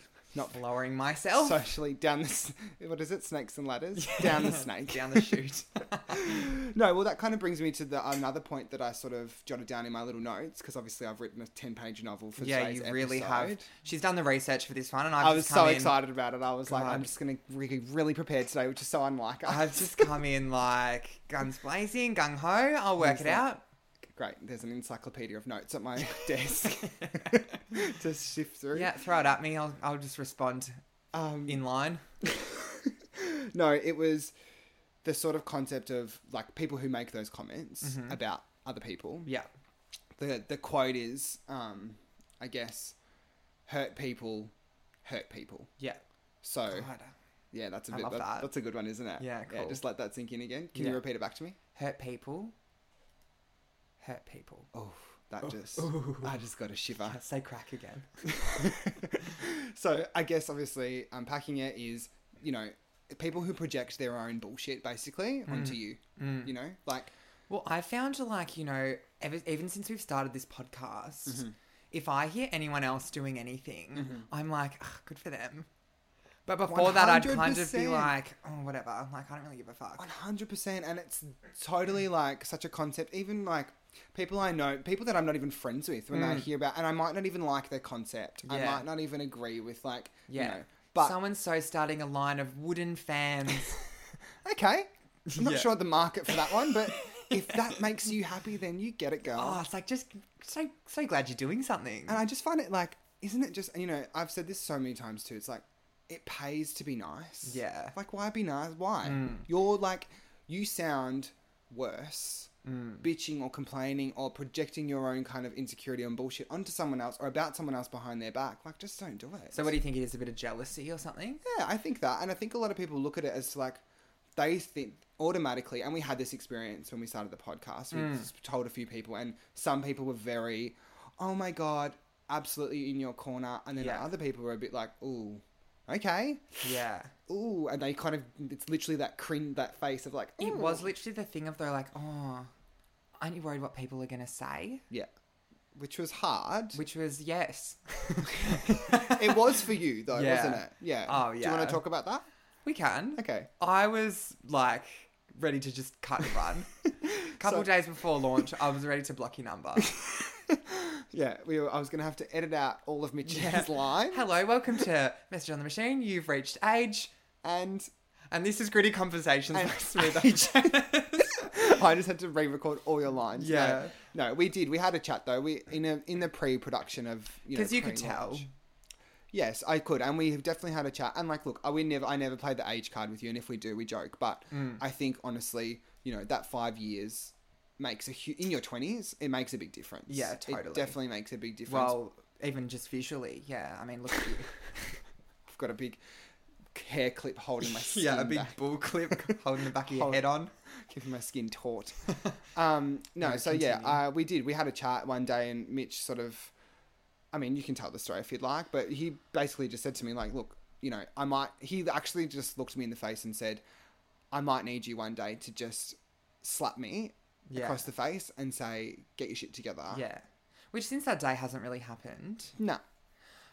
Speaker 1: Not-
Speaker 2: not lowering myself (laughs)
Speaker 1: socially down the s- (laughs) what is it snakes and ladders down the snake
Speaker 2: down the chute.
Speaker 1: (laughs) no well that kind of brings me to the another point that i sort of jotted down in my little notes because obviously i've written a 10 page novel for
Speaker 2: yeah, you
Speaker 1: today's
Speaker 2: really have.
Speaker 1: episode.
Speaker 2: She's done the research for this one, and I've
Speaker 1: i was
Speaker 2: just
Speaker 1: so
Speaker 2: come in-
Speaker 1: excited about it i was like i'm
Speaker 2: God.
Speaker 1: just gonna be really prepared today which is so unlike us.
Speaker 2: I've just come in like guns blazing, gung ho. I'll work it
Speaker 1: Exactly.
Speaker 2: out.
Speaker 1: (laughs) great there's an encyclopedia of notes at
Speaker 2: (laughs)
Speaker 1: my desk (laughs) to shift through
Speaker 2: Yeah, throw it at me. I'll, I'll just respond
Speaker 1: um
Speaker 2: in line.
Speaker 1: (laughs) no, it was the sort of concept of like people who make those comments
Speaker 2: Mm-hmm.
Speaker 1: about other people.
Speaker 2: Yeah.
Speaker 1: The the quote is, um, I guess, hurt people, hurt people.
Speaker 2: Yeah. uh,
Speaker 1: So
Speaker 2: God.
Speaker 1: yeah, that's a
Speaker 2: Oh, I
Speaker 1: bit,
Speaker 2: love
Speaker 1: that-
Speaker 2: that.
Speaker 1: that's a good one, isn't it?
Speaker 2: Yeah,
Speaker 1: Yeah,
Speaker 2: cool.
Speaker 1: just let that sink in again. Can
Speaker 2: Yeah.
Speaker 1: you repeat it back to me?
Speaker 2: Hurt people. Hurt people.
Speaker 1: Oh, that
Speaker 2: (laughs)
Speaker 1: just
Speaker 2: ooh.
Speaker 1: I just got a shiver.
Speaker 2: Let's say crack again.
Speaker 1: (laughs) so I guess obviously unpacking it is you know people who project their own bullshit basically
Speaker 2: Mm.
Speaker 1: onto you. You know, like
Speaker 2: Well, I found like, you know, ever, even since we've started this podcast, if I hear anyone else doing anything, I'm like, "Ugh, good for them. But before that, I'd kind of be
Speaker 1: 100%.
Speaker 2: like, oh, whatever. Like, I don't really give a fuck.
Speaker 1: One hundred percent, and it's totally like such a concept. Even like people I know, people that I'm not even friends with, when I hear about, and I might not even like their concept. I
Speaker 2: Mm. Yeah.
Speaker 1: might not even agree with like,
Speaker 2: Yeah.
Speaker 1: you know, but
Speaker 2: so and so starting a line of wooden fans.
Speaker 1: okay, I'm not
Speaker 2: Yeah.
Speaker 1: sure of the market for that one,
Speaker 2: (laughs)
Speaker 1: but if that makes you happy, then you get it, girl.
Speaker 2: oh, it's like, just so, so glad you're doing something.
Speaker 1: And I just find it like, isn't it just you know? I've said this so many times too. It's like it pays to be nice.
Speaker 2: Yeah. Mm.
Speaker 1: Like why be nice? Why you're like you sound worse.
Speaker 2: Mm.
Speaker 1: Bitching or complaining or projecting your own kind of insecurity and bullshit onto someone else or about someone else behind their back, like just don't do it.
Speaker 2: So what do you think it is? A bit of jealousy or something?
Speaker 1: Yeah, I think that, and I think a lot of people look at it as like they think automatically. And we had this experience when we started the podcast.
Speaker 2: Mm.
Speaker 1: We told a few people, and some people were very, "Oh my god, absolutely in your corner," and then
Speaker 2: Yeah.
Speaker 1: other people were a bit like, "Ooh, okay,
Speaker 2: Yeah.
Speaker 1: ooh," and they kind of it's literally that crin that face of like,
Speaker 2: It was
Speaker 1: "Ooh."
Speaker 2: literally the thing of they're like, oh, aren't you worried what people are going to say?
Speaker 1: yeah, which was hard.
Speaker 2: Which was (laughs) yes.
Speaker 1: it was for you though,
Speaker 2: (laughs) Yeah.
Speaker 1: wasn't it? Yeah.
Speaker 2: Oh,
Speaker 1: Do you
Speaker 2: yeah.
Speaker 1: want to talk about that?
Speaker 2: we can.
Speaker 1: Okay.
Speaker 2: I was like ready to just cut and (laughs) run. Couple
Speaker 1: So-
Speaker 2: days before launch, I was ready to block your (laughs) number.
Speaker 1: Yeah, we were, I was going to have to edit out all of Mitch's line,
Speaker 2: Hello, welcome to Message on the Machine. You've reached age,
Speaker 1: and
Speaker 2: and this is Gritty Conversations.
Speaker 1: And
Speaker 2: with
Speaker 1: age.
Speaker 2: age. (laughs)
Speaker 1: (laughs) I just had to re-record all your lines.
Speaker 2: Yeah.
Speaker 1: No, no, we did. We had a chat though. We in a in the pre-production of you know
Speaker 2: Because you could tell.
Speaker 1: pre-launch. Yes, I could, and we have definitely had a chat. And like, look, I we never, I never played
Speaker 2: Mm.
Speaker 1: the age card with you, and if we do, we joke. But I think honestly, you know, that five years makes a huge in your twenties. It makes a big difference.
Speaker 2: Yeah,
Speaker 1: It
Speaker 2: totally.
Speaker 1: definitely makes a big difference.
Speaker 2: Well, even just visually, yeah. I mean, look at you.
Speaker 1: I've got a big hair clip holding my skin
Speaker 2: (laughs) yeah, a big
Speaker 1: back,
Speaker 2: bull clip (laughs) holding the back of your
Speaker 1: Hold-
Speaker 2: head on.
Speaker 1: (laughs) keeping my skin
Speaker 2: (laughs)
Speaker 1: taut. um, no,
Speaker 2: No,
Speaker 1: so yeah,
Speaker 2: continue.
Speaker 1: uh, we did. We had a chat one day, and Mitch sort of, I mean, you can tell the story if you'd like, but he basically just said to me like, look, you know, I might. He actually just looked me in the face and said, I might need you one day to just slap me
Speaker 2: Yeah.
Speaker 1: across the face and say, get your shit together.
Speaker 2: Yeah. Which since that day hasn't really happened.
Speaker 1: No.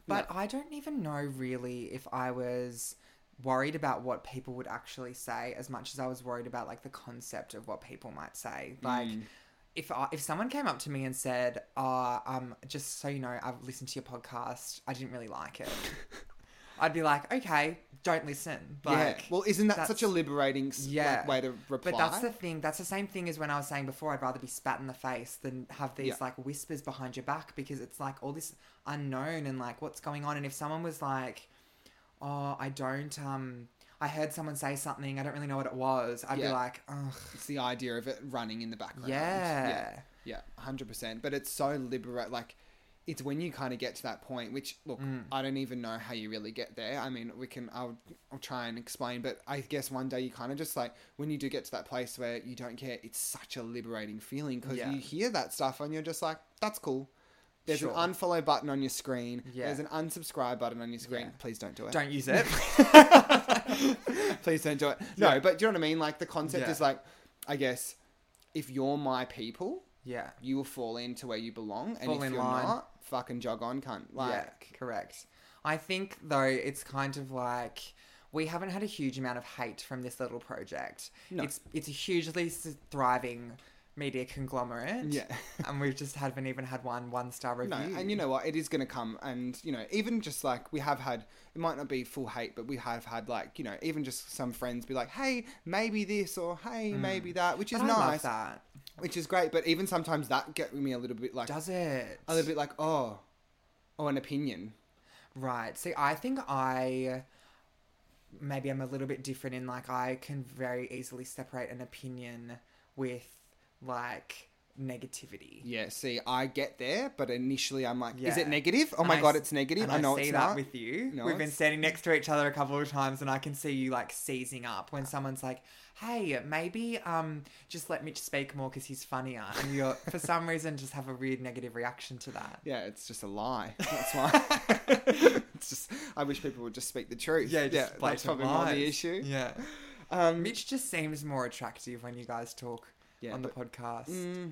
Speaker 2: But I don't even know really if I was worried about what people would actually say as much as I was worried about like the concept of what people might say. Like
Speaker 1: Mm.
Speaker 2: if I, if someone came up to me and said, "Oh, um just so you know, I've listened to your podcast. I didn't really like (laughs) it." I'd be like, "Okay, don't listen." Like
Speaker 1: yeah. Well, isn't that such a
Speaker 2: that's-
Speaker 1: liberating s- like,
Speaker 2: Yeah.
Speaker 1: way to reply?
Speaker 2: But that's the thing. That's the same thing as when I was saying before. I'd rather be spat in the face than have these
Speaker 1: Yeah.
Speaker 2: like whispers behind your back because it's like all this unknown and like what's going on. And if someone was like, "Oh, I don't," um, I heard someone say something. I don't really know what it was. I'd
Speaker 1: Yeah.
Speaker 2: be like,
Speaker 1: (laughs)
Speaker 2: "Ugh,
Speaker 1: It's the idea of it running in the background.
Speaker 2: yeah,
Speaker 1: Yeah, hundred percent. But it's so liberate. Like, it's when you kind of get to that point. Which look,
Speaker 2: Mm.
Speaker 1: I don't even know how you really get there. I mean, we can. I'll, I'll try and explain. But I guess one day you kind of just like when you do get to that place where you don't care. It's such a liberating feeling because
Speaker 2: Yeah.
Speaker 1: you hear that stuff and you're just like, that's cool. There's
Speaker 2: Sure.
Speaker 1: an unfollow button on your screen.
Speaker 2: Yeah.
Speaker 1: There's an unsubscribe button on your screen.
Speaker 2: Yeah.
Speaker 1: Please don't do it.
Speaker 2: don't use it."
Speaker 1: (laughs) Please don't do it. No,
Speaker 2: Yeah.
Speaker 1: but do you know what I mean? Like the concept
Speaker 2: Yeah.
Speaker 1: is like, I guess, if you're my people,
Speaker 2: yeah,
Speaker 1: you will fall into where you belong, and
Speaker 2: Fall
Speaker 1: if
Speaker 2: in
Speaker 1: you're
Speaker 2: line.
Speaker 1: not, fucking jog on, cunt. Like,
Speaker 2: yeah, correct. I think though it's kind of like we haven't had a huge amount of hate from this little project.
Speaker 1: No.
Speaker 2: It's it's a hugely s- thriving media conglomerate.
Speaker 1: Yeah.
Speaker 2: and we've just haven't even had one one star review.
Speaker 1: no, and you know what? It is going to come, and you know, even just like we have had, it might not be full hate, but we have had like you know, even just some friends be like, "Hey, maybe this," or "Hey, maybe that," which
Speaker 2: Mm. But
Speaker 1: is
Speaker 2: I love
Speaker 1: nice,
Speaker 2: that
Speaker 1: which is great. But even sometimes that get me a little bit like
Speaker 2: does it
Speaker 1: a little bit like, oh, oh, an opinion.
Speaker 2: right. See, I think I maybe I'm a little bit different in like I can very easily separate an opinion with like negativity.
Speaker 1: Yeah, see, I get there, but initially I'm like, is
Speaker 2: Yeah.
Speaker 1: it negative? Oh
Speaker 2: And
Speaker 1: my
Speaker 2: I
Speaker 1: god,
Speaker 2: s-
Speaker 1: it's negative.
Speaker 2: And
Speaker 1: I know
Speaker 2: see
Speaker 1: it's
Speaker 2: that
Speaker 1: not.
Speaker 2: with you.
Speaker 1: No,
Speaker 2: We've been
Speaker 1: it's-
Speaker 2: standing next to each other a couple of times, and I can see you like seizing up
Speaker 1: Ah.
Speaker 2: when someone's like, "Hey, maybe um, just let Mitch speak more because he's funnier," and you're
Speaker 1: (laughs)
Speaker 2: for some reason just have a weird negative reaction to that.
Speaker 1: Yeah, it's just a
Speaker 2: (laughs)
Speaker 1: lie. That's why. (laughs) it's just. I wish people would just speak the truth. that's probably more the issue. (laughs)
Speaker 2: Yeah,
Speaker 1: Um,
Speaker 2: Mitch just seems more attractive when you guys talk
Speaker 1: yeah,
Speaker 2: on the
Speaker 1: but,
Speaker 2: podcast.
Speaker 1: mm,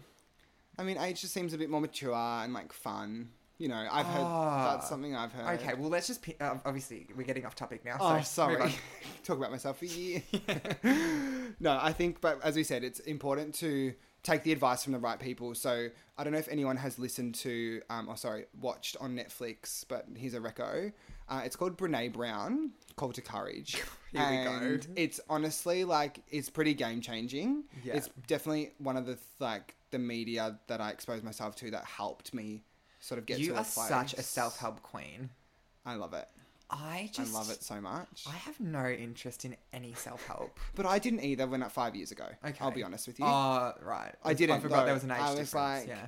Speaker 1: I mean, age just seems a bit more mature and like fun. You know, I've heard
Speaker 2: Ah.
Speaker 1: that's something I've heard.
Speaker 2: Okay, well let's just pi- uh, obviously we're getting off topic (laughs) now. So
Speaker 1: Oh,
Speaker 2: move on.
Speaker 1: sorry. Talk about
Speaker 2: (laughs)
Speaker 1: myself (laughs) for years. no, I think, but as we said, it's important to take the advice from the right people. So I don't know if anyone has listened to, um, or sorry, watched on Netflix, but here's a reco. Uh, it's called Brene Brown, Call to Courage.
Speaker 2: (laughs) Here we go.
Speaker 1: And It's honestly like, it's pretty game changing.
Speaker 2: Yeah.
Speaker 1: It's definitely one of the, like, the media that I exposed myself to that helped me sort of (laughs) get to
Speaker 2: You
Speaker 1: that
Speaker 2: are
Speaker 1: place.
Speaker 2: such a self-help queen.
Speaker 1: I love it.
Speaker 2: I just
Speaker 1: I love it so much.
Speaker 2: I have no interest in any self
Speaker 1: (laughs)
Speaker 2: help.
Speaker 1: But I didn't either when five years ago.
Speaker 2: Okay.
Speaker 1: I'll be honest with you.
Speaker 2: Oh, uh, right.
Speaker 1: I didn't,
Speaker 2: I forgot
Speaker 1: though.
Speaker 2: there was an age
Speaker 1: I was
Speaker 2: difference.
Speaker 1: like- (laughs)
Speaker 2: yeah.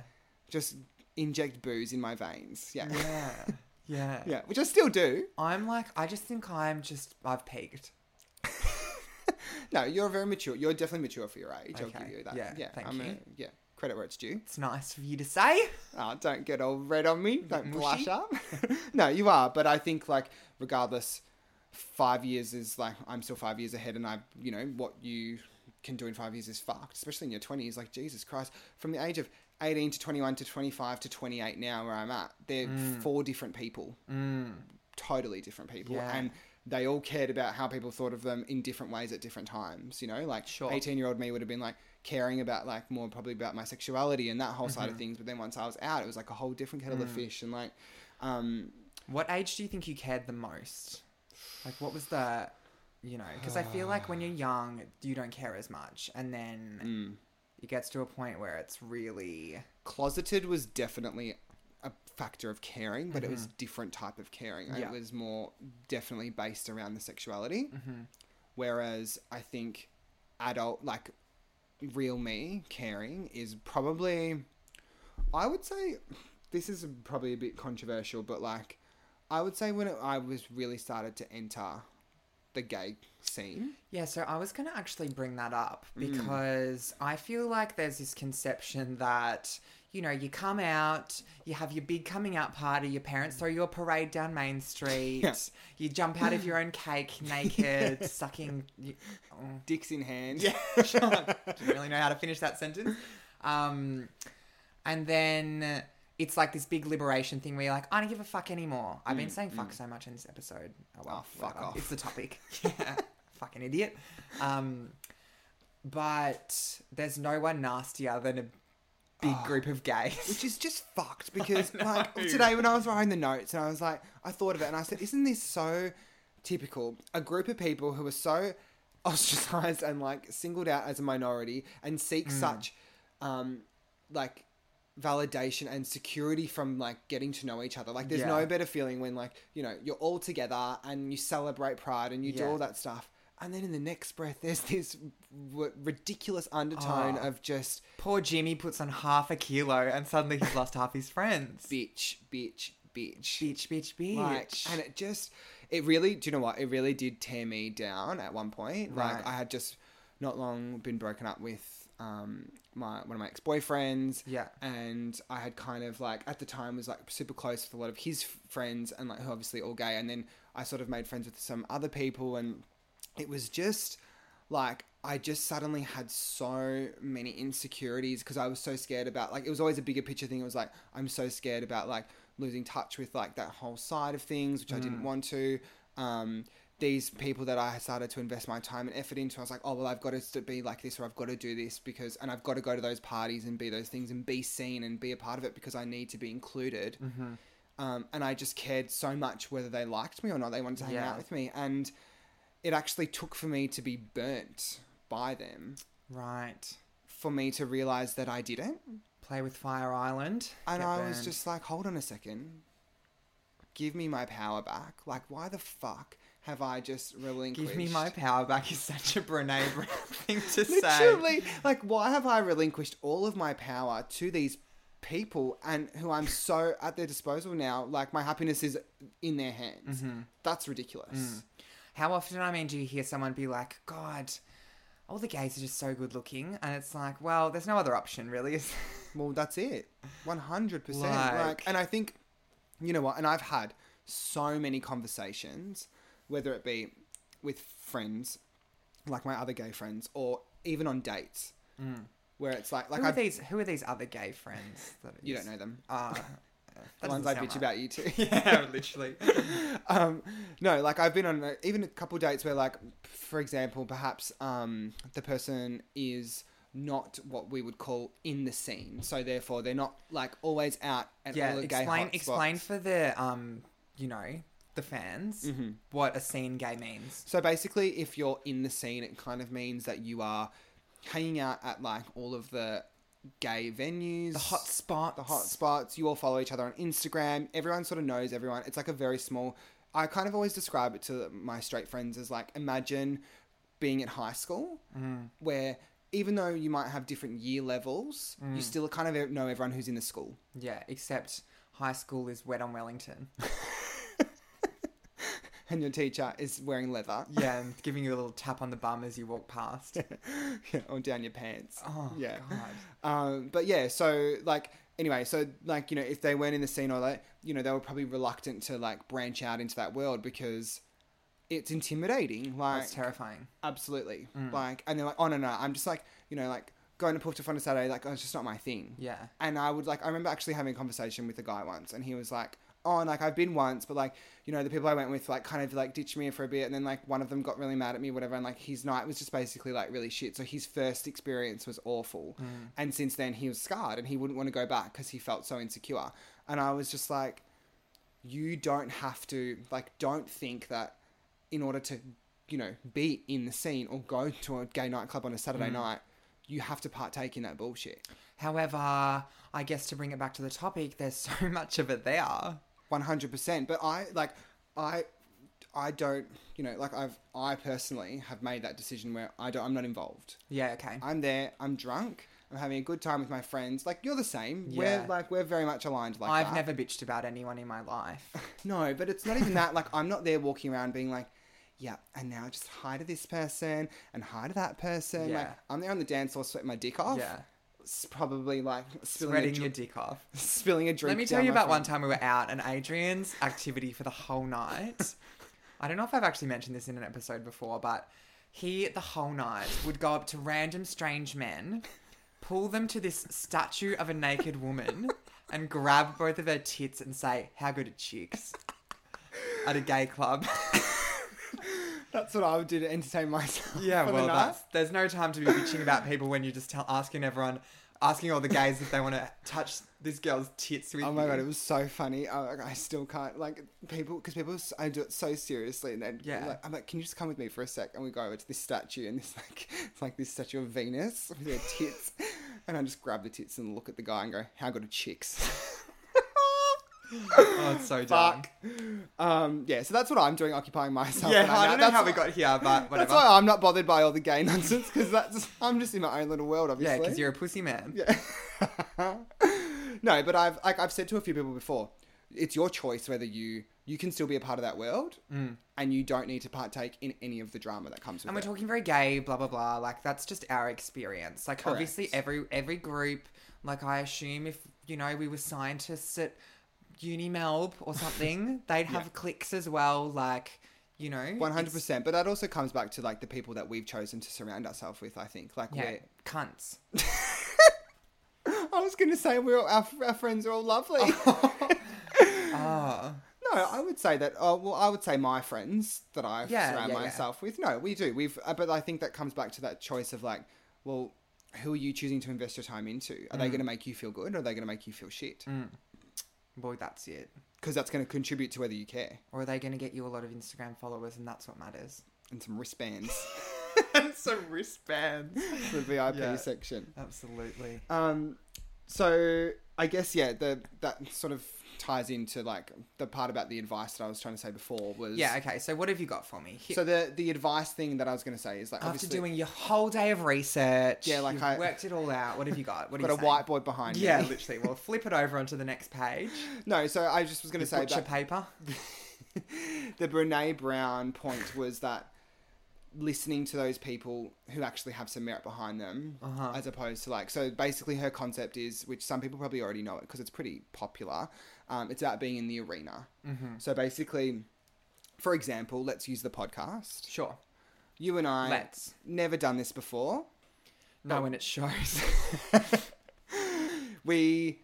Speaker 1: Just inject booze in my veins. Yeah. (laughs) yeah.
Speaker 2: Yeah. Yeah.
Speaker 1: Which I still do.
Speaker 2: I'm like, I just think I'm just, I've peaked.
Speaker 1: No, you're very mature. You're definitely mature for your age. I'll
Speaker 2: Okay.
Speaker 1: give you that.
Speaker 2: Yeah, thank
Speaker 1: I'm a-
Speaker 2: you.
Speaker 1: yeah. Credit where it's due.
Speaker 2: It's nice for you to say.
Speaker 1: Oh, don't get all red on
Speaker 2: (laughs)
Speaker 1: me. Don't
Speaker 2: mushy?
Speaker 1: blush up. (laughs) no, you are. But I think like regardless, five years is like I'm still five years ahead, and I, you know, what you can do in five years is fucked. Especially in your twenties, like Jesus Christ, from the age of eighteen to twenty-one to twenty-five to twenty-eight now, where I'm at, they're four different people,
Speaker 2: Mm.
Speaker 1: totally different people,
Speaker 2: Yeah.
Speaker 1: and. They all cared about how people thought of them in different ways at different times, you know? Like,
Speaker 2: Sure.
Speaker 1: 18 year old me would have been like caring about like more probably about my sexuality and that whole side of
Speaker 2: Mm-hmm.
Speaker 1: things but then once i was out it was like a whole different kettle
Speaker 2: Mm.
Speaker 1: of fish and like um
Speaker 2: What age do you think you cared the most? Like, what was the, you know, because I feel like
Speaker 1: (sighs)
Speaker 2: when you're young, you don't care as much. And then
Speaker 1: mm.
Speaker 2: it gets to a point where it's really,
Speaker 1: closeted was definitely a factor of caring but it was different type of caring
Speaker 2: Yeah.
Speaker 1: it was more definitely based around the sexuality
Speaker 2: Mhm.
Speaker 1: whereas i think adult like real me caring is probably, I would say, this is probably a bit controversial, but like, I would say when it, I was really started to enter the gay scene.
Speaker 2: Yeah, so I was going to actually bring that up because I feel like there's this conception that, you know, you come out, you have your big coming out party, your parents throw you a parade down Main Street,
Speaker 1: Yeah.
Speaker 2: you jump out of your own cake naked, sucking. You, oh,
Speaker 1: Dicks in hand. (laughs)
Speaker 2: didn't really know how to finish that sentence. Um, and then it's like this big liberation thing where you're like, I don't give a fuck anymore. I've been saying fuck so much in this episode. Oh well,
Speaker 1: Mm, Oh, fuck
Speaker 2: whatever.
Speaker 1: off.
Speaker 2: It's
Speaker 1: (laughs)
Speaker 2: the topic. (laughs) yeah, fucking idiot. Um, but there's no one nastier than a big
Speaker 1: Oh.
Speaker 2: group of gays.
Speaker 1: (laughs) which is just
Speaker 2: (laughs)
Speaker 1: fucked because like
Speaker 2: know.
Speaker 1: today when I was writing the notes and I was like I thought of it and I said isn't this so typical a group of people who are so (laughs) ostracized and like singled out as a minority and seek
Speaker 2: Hmm.
Speaker 1: such um like validation and security from like getting to know each other like there's
Speaker 2: Yeah.
Speaker 1: no better feeling when like you know you're all together and you celebrate pride and you do
Speaker 2: Yeah.
Speaker 1: all that stuff and then in the next breath there's this w- ridiculous undertone
Speaker 2: Oh.
Speaker 1: of just
Speaker 2: Poor Jimmy puts on half a kilo and suddenly he's lost half his friends.
Speaker 1: bitch bitch bitch
Speaker 2: Bitch, bitch, bitch.
Speaker 1: Like, and it just, it really, do you know what? It really did tear me down at one point.
Speaker 2: Right.
Speaker 1: Like, I had just not long been broken up with um, my one of my ex boyfriends.
Speaker 2: Yeah.
Speaker 1: And I had kind of like, at the time, was like super close with a lot of his f- friends and like, who are obviously all gay. And then I sort of made friends with some other people. And it was just like, I just suddenly had so many insecurities because I was so scared about like it was always a bigger picture thing. It was like I'm so scared about like losing touch with like that whole side of things, which I didn't want to. Um, these people that I started to invest my time and effort into, I was like, oh well, I've got to be like this, or I've got to do this because, and I've got to go to those parties and be those things and be seen and be a part of it because I need to be included.
Speaker 2: Mm-hmm.
Speaker 1: Um, and I just cared so much whether they liked me or not. They wanted to hang
Speaker 2: Yeah.
Speaker 1: out with me, and it actually took for me to be burnt by them
Speaker 2: Right.
Speaker 1: for me to realize that I didn't.
Speaker 2: Play with Fire Island.
Speaker 1: And
Speaker 2: Get
Speaker 1: I was
Speaker 2: burned.
Speaker 1: just like, hold on a second. Give me my power back. Like, why the fuck have I just relinquished?
Speaker 2: Give me my power back is such a Brene Brown (laughs) thing to say.
Speaker 1: Literally, like, why have I relinquished all of my power to these people and who I'm so at their disposal now? Like, my happiness is in their hands.
Speaker 2: Mm-hmm.
Speaker 1: That's ridiculous.
Speaker 2: How often, I mean, do you hear someone be like, God, all the gays are just so good looking? And it's like, well, there's no other option, really. is there?
Speaker 1: Well, that's it. 100%.
Speaker 2: Mm. Like-
Speaker 1: Like, and I think, you know what? And I've had so many conversations, whether it be with friends, like my other gay friends, or even on dates, where it's like, like
Speaker 2: Mm. who, are
Speaker 1: I,
Speaker 2: these, who are these other gay friends? That
Speaker 1: you don't know them. (laughs)
Speaker 2: Uh,
Speaker 1: The ones I bitch
Speaker 2: (laughs)
Speaker 1: about you too.
Speaker 2: Yeah, literally.
Speaker 1: um, no, like I've been on uh, even a couple dates where, like, for example, perhaps um, the person is not what we would call in the scene, so therefore they're not like always out at
Speaker 2: yeah,
Speaker 1: all the gay
Speaker 2: explain,
Speaker 1: hotspots.
Speaker 2: explain for the, um, you know, the fans
Speaker 1: Mm-hmm.
Speaker 2: what a scene gay means.
Speaker 1: So basically, if you're in the scene, it kind of means that you are hanging out at like all of the gay venues,
Speaker 2: The hot spot.
Speaker 1: the hot spots. You all follow each other on Instagram. Everyone sort of knows everyone. It's like a very small. I kind of always describe it to my straight friends as like imagine being at high school
Speaker 2: Mm.
Speaker 1: where even though you might have different year levels,
Speaker 2: Mm.
Speaker 1: you still kind of e-, know everyone who's in the school. (laughs)
Speaker 2: Yeah, except high school is wet on Wellington.
Speaker 1: And your teacher is wearing leather (laughs)
Speaker 2: Yeah, and giving you a little tap on the bum as you walk past.
Speaker 1: or down your pants.
Speaker 2: Oh,
Speaker 1: yeah.
Speaker 2: God.
Speaker 1: Um, but yeah, so like anyway, so like you know, if they weren't in the scene or that, you know, they were probably reluctant to like branch out into that world because it's intimidating. Like
Speaker 2: That's terrifying.
Speaker 1: absolutely, like, and they're like, oh no, no, I'm just like you know, like going to Porto on a Saturday, like, oh, it's just not my thing.
Speaker 2: Yeah.
Speaker 1: And I would like, I remember actually having a conversation with a guy once, and he was like, "Oh, and, like I've been once, but like you know the people I went with like kind of like ditched me for a bit, and then like one of them got really mad at me, whatever, and like his night was just basically like really shit. So his first experience was awful, and since then he was scarred, and he wouldn't want to go back because he felt so insecure. And I was just like, you don't have to like don't think that in order to you know be in the scene or go to a gay nightclub on a Saturday night, you have to partake in that bullshit.
Speaker 2: However, I guess to bring it back to the (laughs) topic, there's so much of it there.
Speaker 1: One hundred percent. But I like I I don't, you know, like I've, I personally have made that decision where I don't, I'm not involved.
Speaker 2: Yeah, okay.
Speaker 1: I'm there. I'm drunk. I'm having a good time with my friends. Like you're the same.
Speaker 2: Yeah.
Speaker 1: We're like we're very much aligned. Like
Speaker 2: I've
Speaker 1: that.
Speaker 2: never bitched about anyone in
Speaker 1: (laughs)
Speaker 2: my life.
Speaker 1: No, but it's not even that. Like, I'm not there walking around being like, yeah, and now just hi to this person and hi to that person. Like,
Speaker 2: Yeah.
Speaker 1: I'm there on the dance floor sweating my dick off.
Speaker 2: Yeah.
Speaker 1: It's probably like spilling a,
Speaker 2: Spreading
Speaker 1: dr-
Speaker 2: your dick off.
Speaker 1: (laughs) spilling a drink.
Speaker 2: Let me tell
Speaker 1: down
Speaker 2: you
Speaker 1: my
Speaker 2: about one
Speaker 1: front-
Speaker 2: time we were out and Adrian's activity for the whole night. I don't know if I've actually mentioned this in an episode before, but he the whole night would go up to random strange men, pull them to this statue of a naked woman, and grab both of her tits and say, How good are chicks? At a gay club.
Speaker 1: That's what I would do to entertain (laughs) myself.
Speaker 2: (laughs) Yeah,
Speaker 1: for
Speaker 2: well,
Speaker 1: the night.
Speaker 2: that's, there's no time to be bitching about people when you're just tell, asking everyone, asking all the gays if they want to touch this girl's tits with
Speaker 1: Oh my
Speaker 2: you.
Speaker 1: god, it was so funny. I, I still can't like people because people. s- I do it so seriously, and then
Speaker 2: Yeah.
Speaker 1: like, I'm like, can you just come with me for a sec? And we go over to this statue, and this (laughs) like it's like this statue of Venus with her
Speaker 2: (laughs)
Speaker 1: tits, and I just grab the tits and look at the guy and go, how good are chicks? (laughs)
Speaker 2: oh, it's so dumb.
Speaker 1: Fuck. Um, yeah, so that's what I'm doing, occupying myself.
Speaker 2: Yeah,
Speaker 1: when I'm
Speaker 2: I
Speaker 1: out.
Speaker 2: don't know
Speaker 1: That's
Speaker 2: how we
Speaker 1: why-
Speaker 2: got here,
Speaker 1: (laughs)
Speaker 2: but
Speaker 1: That's
Speaker 2: whatever.
Speaker 1: why I'm not bothered by all the gay (laughs) nonsense because that's I'm just in my own little world, obviously.
Speaker 2: yeah, because you're a pussy man.
Speaker 1: Yeah. (laughs) no, but I've like I've said to a few people before, it's your choice whether you you can still be a part of that world and you don't need to partake in any of the drama that comes with
Speaker 2: Mm. And we're
Speaker 1: it.
Speaker 2: talking very gay, blah blah blah. Like that's just our experience. Like
Speaker 1: Correct.
Speaker 2: obviously every every group. Like I assume if you know we were scientists at Uni Melb
Speaker 1: (laughs)
Speaker 2: or something, they'd have cliques as well. Like you know,
Speaker 1: One hundred percent. But that also comes back to like the people that we've chosen to surround ourselves with. I think like
Speaker 2: it's- Yeah,
Speaker 1: we're.
Speaker 2: cunts.
Speaker 1: (laughs) I was going to say we're all, our, our friends are all
Speaker 2: (laughs)
Speaker 1: lovely.
Speaker 2: Oh,
Speaker 1: No, I would say that. Oh, well, I would say my friends that I
Speaker 2: Yeah,
Speaker 1: surround
Speaker 2: yeah, yeah.
Speaker 1: myself with. No, we do. We've, uh, but I think that comes back to that choice of like, well, who are you choosing to invest your time into? Are
Speaker 2: Mm.
Speaker 1: they going to make you feel good, or are they going to make you feel shit?
Speaker 2: boy, that's it.
Speaker 1: Because that's going to contribute to whether you care
Speaker 2: Or are they going to get you a lot of Instagram followers, and that's
Speaker 1: (laughs)
Speaker 2: what matters?
Speaker 1: and some
Speaker 2: (laughs)
Speaker 1: wristbands
Speaker 2: and some wristbands.
Speaker 1: for the VIP
Speaker 2: Yeah.
Speaker 1: section.
Speaker 2: Absolutely.
Speaker 1: Um, so I guess yeah, the that sort of ties into like the part about the advice that I was trying to say before was
Speaker 2: Yeah. Okay. So what have you got for me? Here-
Speaker 1: So the the advice thing that I was going to say is like
Speaker 2: After
Speaker 1: obviously
Speaker 2: doing your whole day of research,
Speaker 1: Yeah, like
Speaker 2: you've
Speaker 1: I-
Speaker 2: worked it all out. What have you got? What
Speaker 1: got a
Speaker 2: have you saying?
Speaker 1: whiteboard behind me.
Speaker 2: Yeah, literally. Well, flip it over onto the next page.
Speaker 1: No, so I just was going to say
Speaker 2: Butcher
Speaker 1: that
Speaker 2: paper.
Speaker 1: (laughs) the Brene Brown point was that listening to those people who actually have some merit behind them,
Speaker 2: Uh-huh.
Speaker 1: as opposed to like, so basically her concept is, which some people probably already know it because it's pretty popular. Um, it's about being in the arena.
Speaker 2: Mm-hmm.
Speaker 1: So basically, for example, let's use the podcast.
Speaker 2: Sure.
Speaker 1: You and I
Speaker 2: Let's.
Speaker 1: never done this before.
Speaker 2: No, when it shows. (laughs)
Speaker 1: (laughs) we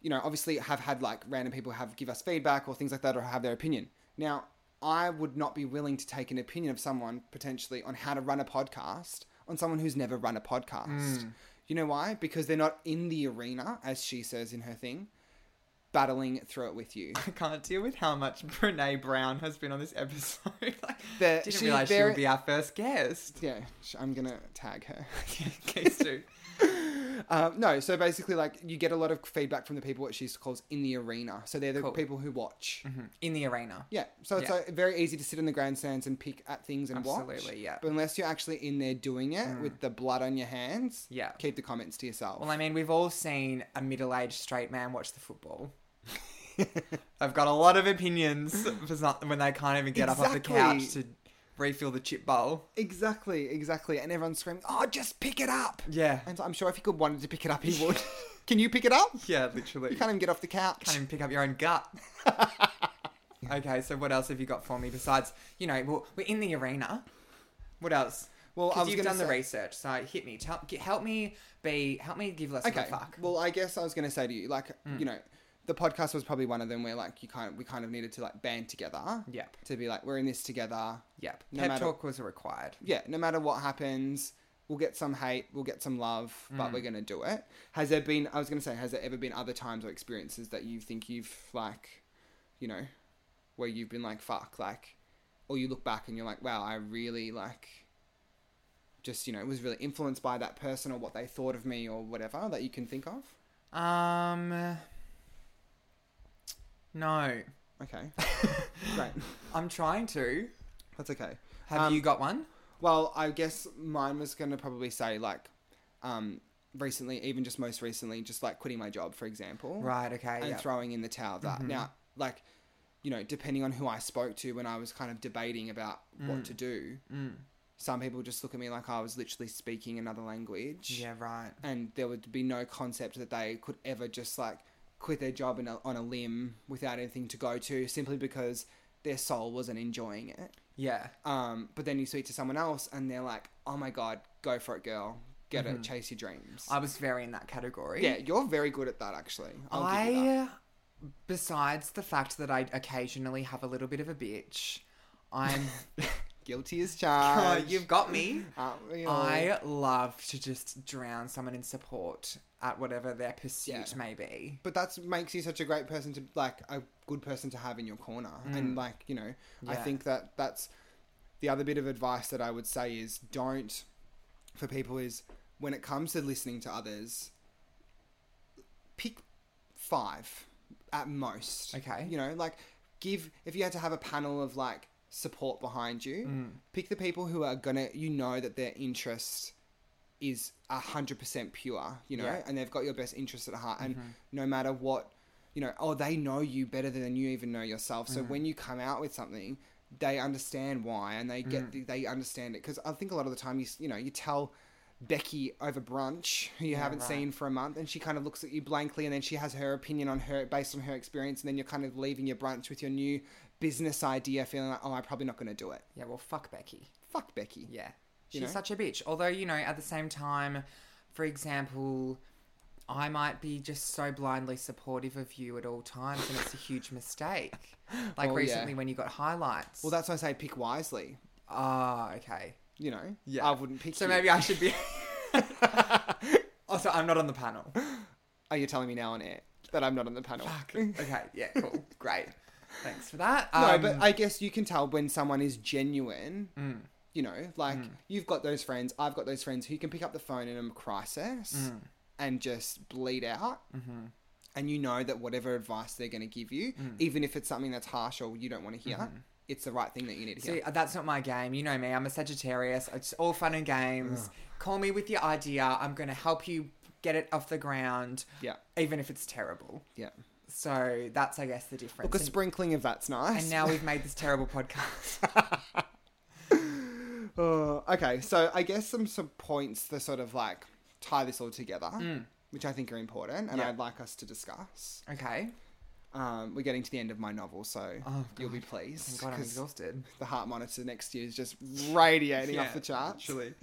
Speaker 1: you know obviously have had like random people have give us feedback or things like that or have their opinion now i would not be willing to take an opinion of someone potentially on how to run a podcast on someone who's never run a podcast you know why because they're not in the arena as she says in her thing battling through it with you
Speaker 2: I can't deal with how much Brene Brown has been on this episode. (laughs) Like,
Speaker 1: The-
Speaker 2: didn't
Speaker 1: she-
Speaker 2: realize she
Speaker 1: there-
Speaker 2: would be our first guest.
Speaker 1: yeah sh- i'm gonna tag her (laughs)
Speaker 2: Please do.
Speaker 1: Um, no, so basically, like you get a lot of feedback from the people what she calls in the arena. So they're the
Speaker 2: Cool.
Speaker 1: people who watch.
Speaker 2: In the arena.
Speaker 1: Yeah, so it's
Speaker 2: Yeah.
Speaker 1: like very easy to sit in the grandstands and pick at things and watch.
Speaker 2: Absolutely, yeah. Mm.
Speaker 1: But unless you're actually in there doing it with the blood on your hands,
Speaker 2: Yeah.
Speaker 1: keep the comments to yourself.
Speaker 2: Well, I mean, we've all seen a middle-aged straight man watch the football. I've got a lot
Speaker 1: (laughs)
Speaker 2: of opinions for some- when they can't even get up off the
Speaker 1: Exactly.
Speaker 2: couch to refill the chip bowl.
Speaker 1: (laughs) exactly, exactly. And everyone's screaming, "Oh, just pick it up!"
Speaker 2: Yeah.
Speaker 1: And so I'm sure if he could wanted to pick it up,
Speaker 2: (laughs)
Speaker 1: he would. Can you pick it up?
Speaker 2: Yeah, literally.
Speaker 1: You can't even get off the couch.
Speaker 2: Can't even pick up your own
Speaker 1: (laughs)
Speaker 2: gut. okay, so what else have you got for me besides, you know, well, we're in the arena. What else?
Speaker 1: Well, I
Speaker 2: 'Cause
Speaker 1: was
Speaker 2: you've
Speaker 1: gonna
Speaker 2: done the
Speaker 1: say-
Speaker 2: research, so hit me. Tell, g- help me be, help me give less
Speaker 1: okay.
Speaker 2: of a fuck. Mm.
Speaker 1: Well, I guess I was going to say to you, like, you know, the podcast was probably one of them where like you kind of we kind of needed to like band together.
Speaker 2: Yep.
Speaker 1: To be like, we're in this together.
Speaker 2: Yep.
Speaker 1: No
Speaker 2: Pep
Speaker 1: matter-
Speaker 2: talk was required.
Speaker 1: yeah, no matter what happens, we'll get some hate, we'll get some love, but
Speaker 2: Mm.
Speaker 1: we're gonna do it. Has there been? I was gonna say, has there ever been other times or experiences that you think you've like, you know, where you've been like, fuck, like, or you look back and you're like, wow, I really like, just you know, was really influenced by that person or what they thought of me or whatever that you can think of.
Speaker 2: Um. No. (laughs)
Speaker 1: Okay. Great.
Speaker 2: I'm trying to.
Speaker 1: That's okay.
Speaker 2: Have
Speaker 1: Um,
Speaker 2: you got one?
Speaker 1: Well, I guess mine was going to probably say like, um, recently, even just most recently, just like quitting my job, for example,
Speaker 2: Right. Okay.
Speaker 1: and
Speaker 2: yeah. Mm-hmm.
Speaker 1: throwing in the towel. That now, like, you know, depending on who I spoke to when I was kind of debating about what to do,
Speaker 2: Mm.
Speaker 1: some people just look at me like I was literally speaking another language.
Speaker 2: Yeah. Right.
Speaker 1: and there would be no concept that they could ever just like quit their job in a, on a limb without anything to go to simply because their soul wasn't enjoying it
Speaker 2: Yeah.
Speaker 1: um, but then you speak to someone else and they're like oh my god go for it girl get it chase your dreams
Speaker 2: Mm-hmm. I was very in that category.
Speaker 1: yeah you're very good at that actually I'll give you that.
Speaker 2: I, besides the fact that I occasionally have a little bit of a bitch,
Speaker 1: (laughs)
Speaker 2: I'm. (laughs)
Speaker 1: guilty as
Speaker 2: Oh,
Speaker 1: charged
Speaker 2: you've
Speaker 1: (laughs)
Speaker 2: got me.
Speaker 1: Aren't we all?
Speaker 2: I love to just drown someone in support at whatever their pursuit
Speaker 1: Yeah.
Speaker 2: may be.
Speaker 1: but that makes you such a great person to like a good person to have in your corner and like you know i
Speaker 2: Mm. Yeah.
Speaker 1: think that that's the other bit of advice that i would say is don't for people is when it comes to listening to others pick five at most
Speaker 2: Okay.
Speaker 1: you know like give if you had to have a panel of like support behind you
Speaker 2: Mm.
Speaker 1: pick the people who are gonna you know that their interest is a hundred percent pure, you know,
Speaker 2: Yeah. Mm-hmm.
Speaker 1: and they've got your best interest at heart. And no matter what, you know, oh, they know you better than you even know yourself. So
Speaker 2: Mm-hmm.
Speaker 1: when you come out with something, they understand why and they
Speaker 2: Mm.
Speaker 1: get the, they understand it because I think a lot of the time you s- you know you tell Becky over brunch who you haven't
Speaker 2: right.
Speaker 1: seen for a month and she kind of looks at you blankly and then she has her opinion on her based on her experience and then you're kind of leaving your brunch with your new business idea feeling like oh I'm probably not going to do it
Speaker 2: Yeah, well, fuck Becky.
Speaker 1: fuck Becky
Speaker 2: Yeah.
Speaker 1: You
Speaker 2: She's
Speaker 1: know?
Speaker 2: such a bitch. Although, you know, at the same time, for example, I might be just so blindly supportive of you at all times, and it's a huge mistake.
Speaker 1: (laughs)
Speaker 2: Like
Speaker 1: Well, yeah.
Speaker 2: recently when you got highlights.
Speaker 1: well that's why I say pick wisely
Speaker 2: Ah, okay.
Speaker 1: you know,
Speaker 2: Yeah.
Speaker 1: I wouldn't pick
Speaker 2: So
Speaker 1: you.
Speaker 2: maybe I should be. also, I'm not on the panel.
Speaker 1: Are you telling me now on air that I'm not on the panel? (laughs)
Speaker 2: Okay, yeah, cool, great. Thanks for that.
Speaker 1: No,
Speaker 2: Um, Mm.
Speaker 1: but I guess you can tell when someone is genuine. You know, like you've got those friends, I've got those friends who can pick up the phone in a crisis
Speaker 2: Mm.
Speaker 1: and just bleed out.
Speaker 2: Mm-hmm.
Speaker 1: And you know that whatever advice they're going to give you,
Speaker 2: Mm.
Speaker 1: even if it's something that's harsh or you don't want to hear, it's the right thing that you need to hear.
Speaker 2: Mm-hmm. see, uh, that's not my game. You know me. I'm a Sagittarius. It's all fun and games. Call me with your idea. I'm going to help you get it off the ground,
Speaker 1: yeah,
Speaker 2: even if it's terrible.
Speaker 1: yeah.
Speaker 2: So that's, I guess, the difference.
Speaker 1: Look, a
Speaker 2: and,
Speaker 1: sprinkling of that's nice.
Speaker 2: and now we've made this terrible podcast.
Speaker 1: Uh, okay, so I guess some, some points to sort of like tie this all together, which I think are important, and
Speaker 2: Mm. Yeah.
Speaker 1: I'd like us to discuss.
Speaker 2: okay.
Speaker 1: Um, we're getting to the end of my novel, so
Speaker 2: Oh,
Speaker 1: you'll be
Speaker 2: Thank
Speaker 1: pleased
Speaker 2: God I'm
Speaker 1: because
Speaker 2: exhausted.
Speaker 1: the heart monitor next year is just radiating
Speaker 2: Yeah,
Speaker 1: off the charts.
Speaker 2: literally.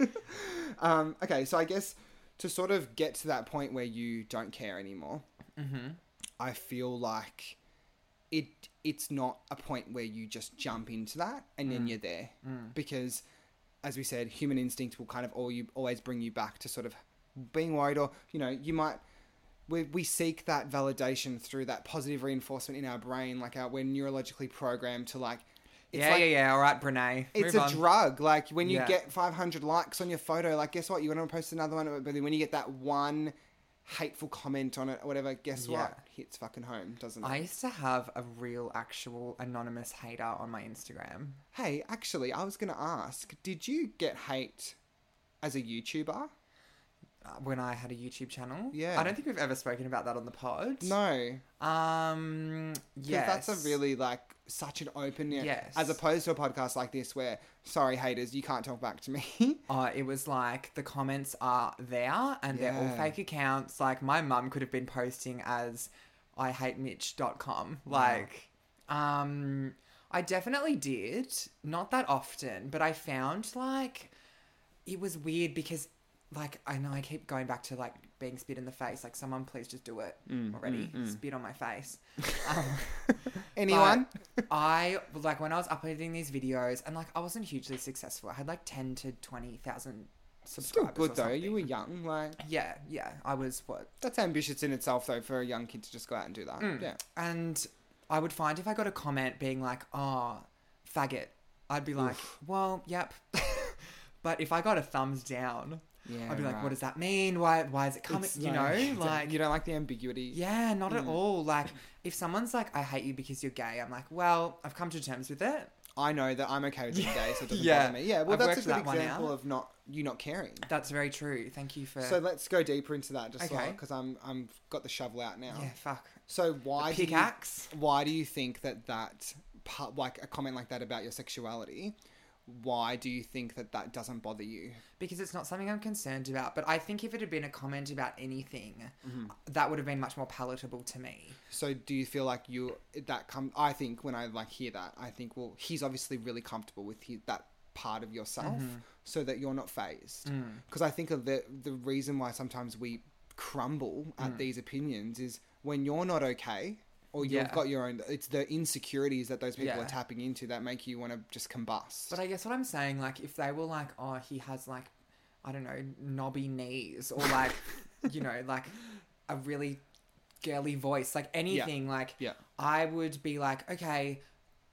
Speaker 1: um, okay, so I guess to sort of get to that point where you don't care anymore,
Speaker 2: Mm-hmm.
Speaker 1: I feel like it it's not a point where you just jump into that and
Speaker 2: Mm.
Speaker 1: then you're there because as we said human instinct will kind of all you always bring you back to sort of being worried or you know you might we, we seek that validation through that positive reinforcement in our brain like our, we're neurologically programmed to like it's
Speaker 2: Yeah,
Speaker 1: like
Speaker 2: yeah, yeah. All right, Brene.
Speaker 1: it's
Speaker 2: Move
Speaker 1: a
Speaker 2: on.
Speaker 1: drug. Like when you
Speaker 2: Yeah.
Speaker 1: get 500 likes on your photo, like guess what? You're going to post another one. But then when you get that one hateful comment on it or whatever, guess what?
Speaker 2: Yeah.
Speaker 1: Hits fucking home, doesn't it?
Speaker 2: I used to have a real, actual anonymous hater on my Instagram.
Speaker 1: Hey, actually, I was going to ask, did you get hate as a YouTuber?
Speaker 2: uh, when I had a YouTube channel.
Speaker 1: Yeah.
Speaker 2: I don't think we've ever spoken about that on the pod.
Speaker 1: No.
Speaker 2: Um.
Speaker 1: Yeah.
Speaker 2: Yes.
Speaker 1: That's a really like such an open
Speaker 2: Yes.
Speaker 1: as opposed to a podcast like this where sorry haters you can't talk back to me (laughs)
Speaker 2: Uh, it was like the comments are there and they're all
Speaker 1: Yeah.
Speaker 2: fake accounts. Like my mum could have been posting as I hate Mitch.com. Like, um, I definitely did. Not that often, but I found like it was weird because like I know I keep going back to like being spit in the face. Like someone please just do it
Speaker 1: Mm,
Speaker 2: already. Spit on my face. (laughs) Um,
Speaker 1: anyone
Speaker 2: But I like when I was uploading these videos, and like I wasn't hugely successful. I had like ten to twenty thousand
Speaker 1: still
Speaker 2: subscribers.
Speaker 1: good
Speaker 2: or
Speaker 1: though
Speaker 2: something.
Speaker 1: you were young like
Speaker 2: Yeah, yeah. I was what,
Speaker 1: that's ambitious in itself though for a young kid to just go out and do that
Speaker 2: Mm.
Speaker 1: yeah
Speaker 2: and I would find if I got a comment being like, "Oh, (laughs) faggot," I'd be like, "Well, yep." but if I got a thumbs down,
Speaker 1: Yeah,
Speaker 2: I'd be like,
Speaker 1: right.
Speaker 2: what does that mean? Why why is it coming?
Speaker 1: It's
Speaker 2: you
Speaker 1: (laughs) like-
Speaker 2: know, like
Speaker 1: you don't Mm. like the ambiguity.
Speaker 2: yeah, not at all. Like if someone's like, I hate you because you're gay, I'm like, well, I've come to terms with it.
Speaker 1: I know that I'm okay with being gay, so it doesn't
Speaker 2: Yeah.
Speaker 1: bother me. Yeah, well,
Speaker 2: I've
Speaker 1: that's a
Speaker 2: worked
Speaker 1: good
Speaker 2: that one
Speaker 1: example
Speaker 2: out.
Speaker 1: of not you not caring.
Speaker 2: That's very true. Thank you for
Speaker 1: So let's go deeper into that just
Speaker 2: Okay.
Speaker 1: because I'm I'm got the shovel out now.
Speaker 2: yeah, fuck
Speaker 1: So why do you,
Speaker 2: pickaxe.
Speaker 1: why do you think that that part, like a comment like that about your sexuality? Why do you think that that doesn't bother you?
Speaker 2: because it's not something I'm concerned about. But I think if it had been a comment about anything,
Speaker 1: Mm-hmm.
Speaker 2: that would have been much more palatable to me.
Speaker 1: So do you feel like you that come? I think when I like hear that, I think well, he's obviously really comfortable with he, that part of yourself,
Speaker 2: Mm-hmm.
Speaker 1: so that you're not phased.
Speaker 2: Mm.
Speaker 1: Because I think of the the reason why sometimes we crumble
Speaker 2: Mm.
Speaker 1: at these opinions is when you're not okay. Or you've
Speaker 2: Yeah.
Speaker 1: got your own. It's the insecurities that those people
Speaker 2: Yeah.
Speaker 1: are tapping into that make you want to just combust.
Speaker 2: But I guess what I'm saying, like, if they were like, oh, he has like, I don't know, knobby knees, or
Speaker 1: (laughs)
Speaker 2: like, you know, like a really girly voice, like anything, like,
Speaker 1: Yeah.
Speaker 2: I would be like, okay.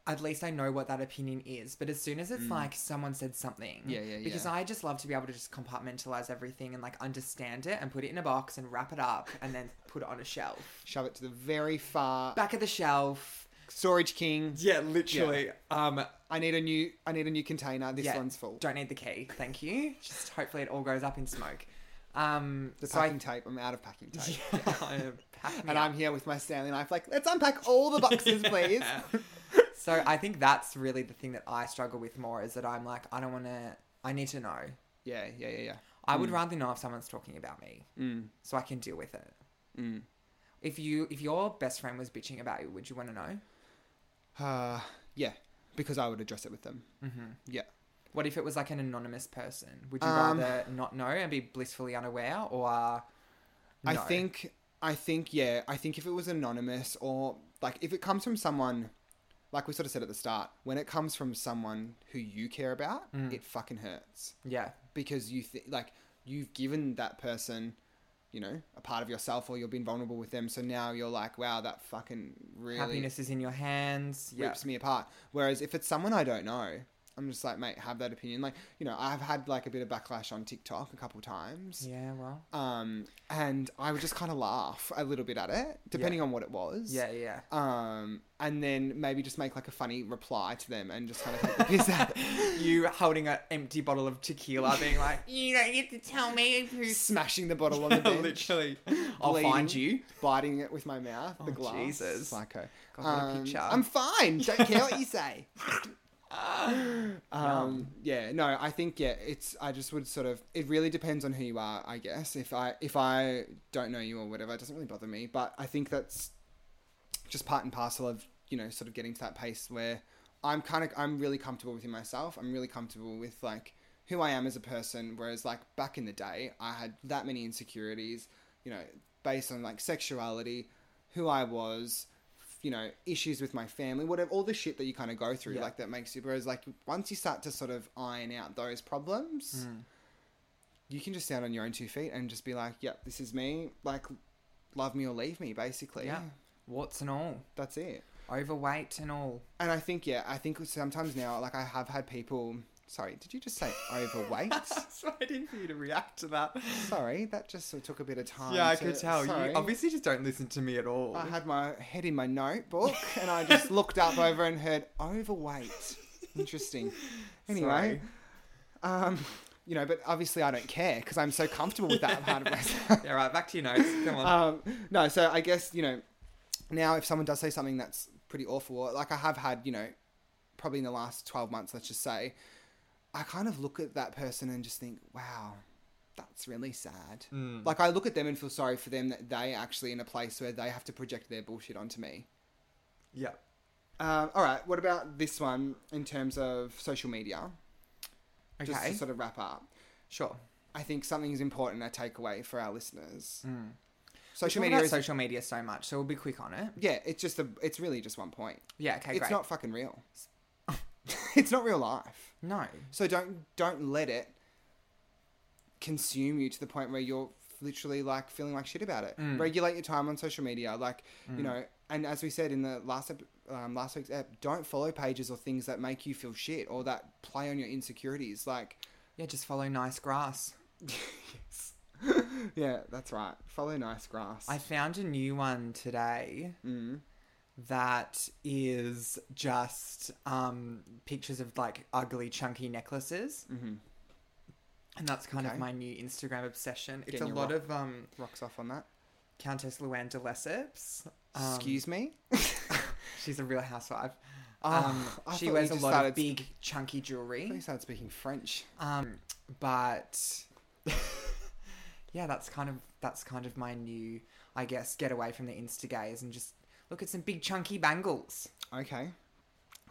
Speaker 2: At least I know what that opinion is. But as soon as it's like someone said something,
Speaker 1: Mm. Yeah, yeah,
Speaker 2: because
Speaker 1: yeah.
Speaker 2: I just love to be able to just compartmentalize everything and like understand it and put it in a box and wrap it up and then put it on a shelf,
Speaker 1: Shove it to the very far.
Speaker 2: back of the shelf.
Speaker 1: Storage king.
Speaker 2: Yeah, literally. Um,
Speaker 1: I need a new. I need a new container. This
Speaker 2: Yeah.
Speaker 1: one's full.
Speaker 2: Don't need the key, thank you. Just hopefully it all goes up in smoke. Um,
Speaker 1: The
Speaker 2: so I-
Speaker 1: packing tape. I'm out of packing tape.
Speaker 2: (laughs) Yeah, pack me
Speaker 1: and
Speaker 2: up.
Speaker 1: I'm here with my Stanley knife, like, let's unpack all the boxes, please.
Speaker 2: so I think that's really the thing that I struggle with more is that I'm like I don't want to. I need to know.
Speaker 1: yeah, yeah, yeah, yeah.
Speaker 2: I would rather know if someone's talking about me,
Speaker 1: Mm.
Speaker 2: so I can deal with it.
Speaker 1: Mm.
Speaker 2: If you if your best friend was bitching about you, would you want to know?
Speaker 1: Uh, yeah, because I would address it with them.
Speaker 2: Mm-hmm.
Speaker 1: Yeah.
Speaker 2: What if it was like an anonymous person? Would you
Speaker 1: Um,
Speaker 2: rather not know and be blissfully unaware, or uh,
Speaker 1: I
Speaker 2: no?
Speaker 1: think, I think, yeah, I think if it was anonymous or like if it comes from someone, like we sort of said at the start, when it comes from someone who you care about,
Speaker 2: Mm.
Speaker 1: it fucking hurts.
Speaker 2: yeah,
Speaker 1: because you think like you've given that person you know a part of yourself or you've been vulnerable with them so now you're like wow that fucking really
Speaker 2: happiness is in your hands. Yeah,
Speaker 1: rips me apart whereas if it's someone i don't know i'm just like mate have that opinion like you know i've had like a bit of backlash on tiktok a couple times
Speaker 2: yeah. Well,
Speaker 1: um and i would just kind of laugh a little bit at it depending on what it was
Speaker 2: yeah, yeah.
Speaker 1: um and then maybe just make like a funny reply to them and just kind of take the piss out
Speaker 2: (laughs)
Speaker 1: of it.
Speaker 2: you holding an empty bottle of tequila, being like,
Speaker 3: You don't get to tell me who
Speaker 1: (laughs) smashing the bottle on
Speaker 2: (laughs)
Speaker 1: the bench
Speaker 2: literally, I'll find you.
Speaker 1: biting it with my mouth. The
Speaker 2: Oh,
Speaker 1: glass.
Speaker 2: Jesus.
Speaker 1: Psycho.
Speaker 2: God, what a
Speaker 1: Um,
Speaker 2: picture.
Speaker 1: I'm fine. Don't care what you
Speaker 2: (laughs)
Speaker 1: say. um, yeah. No. I think yeah. It's. I just would sort of. It really depends on who you are. I guess. If I if I don't know you or whatever, it doesn't really bother me. But I think that's just part and parcel of you know sort of getting to that pace where I'm kind of I'm really comfortable within myself. I'm really comfortable with like who I am as a person. Whereas like back in the day, I had that many insecurities, you know, based on like sexuality, who I was, you know, issues with my family, whatever, all the shit that you kind of go through,
Speaker 2: Yeah.
Speaker 1: like that makes you. Whereas like once you start to sort of iron out those problems.
Speaker 2: Hmm.
Speaker 1: You can just stand on your own two feet and just be like, "Yep, this is me." Like, love me or leave me, basically.
Speaker 2: Yeah, warts and all,
Speaker 1: That's it.
Speaker 2: overweight and all.
Speaker 1: And I think, yeah, I think sometimes now, like, I have had people. Sorry, did you just say
Speaker 2: (laughs)
Speaker 1: overweight?
Speaker 2: so (laughs) I didn't for you to react to that.
Speaker 1: sorry, that just sort of took a bit of time.
Speaker 2: yeah, I
Speaker 1: to-
Speaker 2: could tell.
Speaker 1: sorry.
Speaker 2: You obviously just don't listen to me at all.
Speaker 1: I had my head in my notebook and I
Speaker 2: (laughs)
Speaker 1: just looked up over and heard overweight. Interesting. Anyway,
Speaker 2: Sorry.
Speaker 1: um, you know, but obviously I don't care because I'm so comfortable with that
Speaker 2: (laughs)
Speaker 1: part of myself.
Speaker 2: yeah, right. Back to your notes. Come on.
Speaker 1: um, no, so I guess you know now if someone does say something that's pretty awful, or like I have had, you know, probably in the last twelve months, let's just say, I kind of look at that person and just think, wow, that's really sad.
Speaker 2: Mm.
Speaker 1: Like I look at them and feel sorry for them that they actually in a place where they have to project their bullshit onto me.
Speaker 2: yeah.
Speaker 1: Um, all right, what about this one in terms of social media? Just
Speaker 2: Okay.
Speaker 1: to sort of wrap up.
Speaker 2: sure.
Speaker 1: I think something is important I take away for our listeners.
Speaker 2: Mm.
Speaker 1: Social
Speaker 2: We talk
Speaker 1: media
Speaker 2: about
Speaker 1: is
Speaker 2: social media so much, so we'll be quick on it.
Speaker 1: yeah, it's just a, it's really just one point.
Speaker 2: Yeah. Okay.
Speaker 1: it's
Speaker 2: great.
Speaker 1: not fucking real. (laughs) it's not real life.
Speaker 2: no.
Speaker 1: So don't don't let it consume you to the point where you're literally like feeling like shit about it.
Speaker 2: Mm.
Speaker 1: Regulate your time on social media, like you
Speaker 2: Mm.
Speaker 1: know. And as we said in the last ep- um, last week's app, don't follow pages or things that make you feel shit or that play on your insecurities. Like (laughs)
Speaker 2: Yeah. Just follow nice grass.
Speaker 1: yes. (laughs) yeah, that's right. Follow nice grass.
Speaker 2: I found a new one today
Speaker 1: Mm.
Speaker 2: that is just um, pictures of like ugly, chunky necklaces,
Speaker 1: Mhm.
Speaker 2: and that's kind
Speaker 1: Okay.
Speaker 2: of my new Instagram obsession. It's
Speaker 1: Getting
Speaker 2: a
Speaker 1: your
Speaker 2: lot
Speaker 1: rock-
Speaker 2: of um,
Speaker 1: Rocks off on that.
Speaker 2: Countess Luann de Lesseps. Um,
Speaker 1: Excuse
Speaker 2: (laughs)
Speaker 1: me.
Speaker 2: she's a Real Housewife. Um,
Speaker 1: Ah, I
Speaker 2: she
Speaker 1: thought
Speaker 2: wears
Speaker 1: you
Speaker 2: a
Speaker 1: just
Speaker 2: lot
Speaker 1: started-
Speaker 2: of big, chunky
Speaker 1: I thought you
Speaker 2: jewelry.
Speaker 1: started speaking French.
Speaker 2: Um, but (laughs) yeah, that's kind of that's kind of my new, I guess, get away from the instigators and just look at some big, chunky bangles.
Speaker 1: Okay.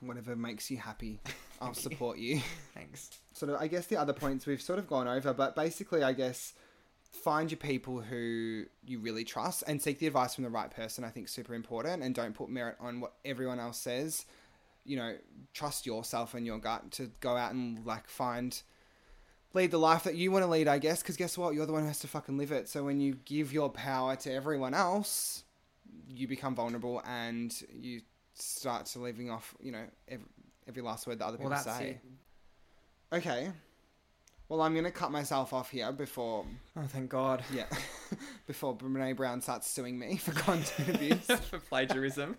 Speaker 1: Whatever makes you happy, (laughs) I'll support you.
Speaker 2: Thanks.
Speaker 1: sort of I guess the other points we've sort of gone over, but basically I guess find your people who you really trust and seek the advice from the right person I think is super important and don't put merit on what everyone else says. You know, trust yourself and your gut to go out and like find lead the life that you want to lead, I guess, because guess what? You're the one who has to fucking live it. So when you give your power to everyone else, you become vulnerable and you start to leaving off, you know, every, every last word that other
Speaker 2: Well,
Speaker 1: people
Speaker 2: that's
Speaker 1: say.
Speaker 2: it.
Speaker 1: Okay. Well, I'm going to cut myself off here before,
Speaker 2: Oh, thank God. (laughs)
Speaker 1: yeah, (laughs) before Brene Brown starts suing me (laughs) for content abuse. (laughs)
Speaker 2: for plagiarism.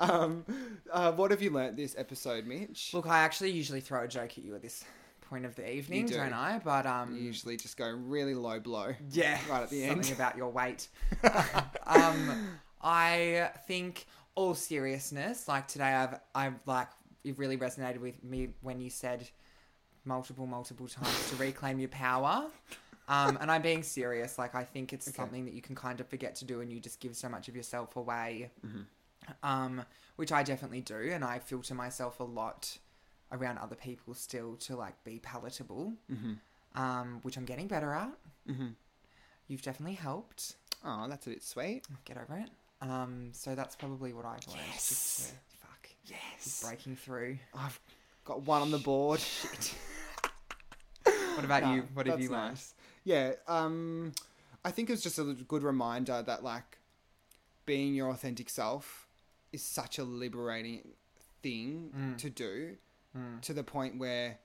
Speaker 1: um, uh, what have you learnt this episode, Mitch?
Speaker 2: Look, I actually usually throw a joke at you at this point of the evening,
Speaker 1: do.
Speaker 2: do. not I? But um,
Speaker 1: you usually just go really low blow.
Speaker 2: yeah,
Speaker 1: right at the end.
Speaker 2: something about
Speaker 1: (laughs)
Speaker 2: your weight. um, I think all seriousness, like today, I've I've like it really resonated with me when you said multiple multiple times to reclaim your power. Um, and I'm being serious. Like I think it's
Speaker 1: Okay.
Speaker 2: something that you can kind of forget to do, and you just give so much of yourself away.
Speaker 1: Mm-hmm.
Speaker 2: um, which I definitely do, and I filter myself a lot around other people still to like be palatable,
Speaker 1: Mm-hmm.
Speaker 2: um, which I'm getting better at.
Speaker 1: Mm-hmm.
Speaker 2: You've definitely helped.
Speaker 1: Oh, that's a bit sweet.
Speaker 2: Get over it. Um, so that's probably what I've learned. Just
Speaker 1: Yes.
Speaker 2: to- fuck. Just
Speaker 1: Yes.
Speaker 2: breaking through.
Speaker 1: I've got one on the board.
Speaker 2: What about
Speaker 1: No,
Speaker 2: you? What have
Speaker 1: that's
Speaker 2: you learned?
Speaker 1: nice. Yeah, um, I think it's just a good reminder that like being your authentic self is such a liberating thing
Speaker 2: Mm.
Speaker 1: to do
Speaker 2: Mm.
Speaker 1: to the point where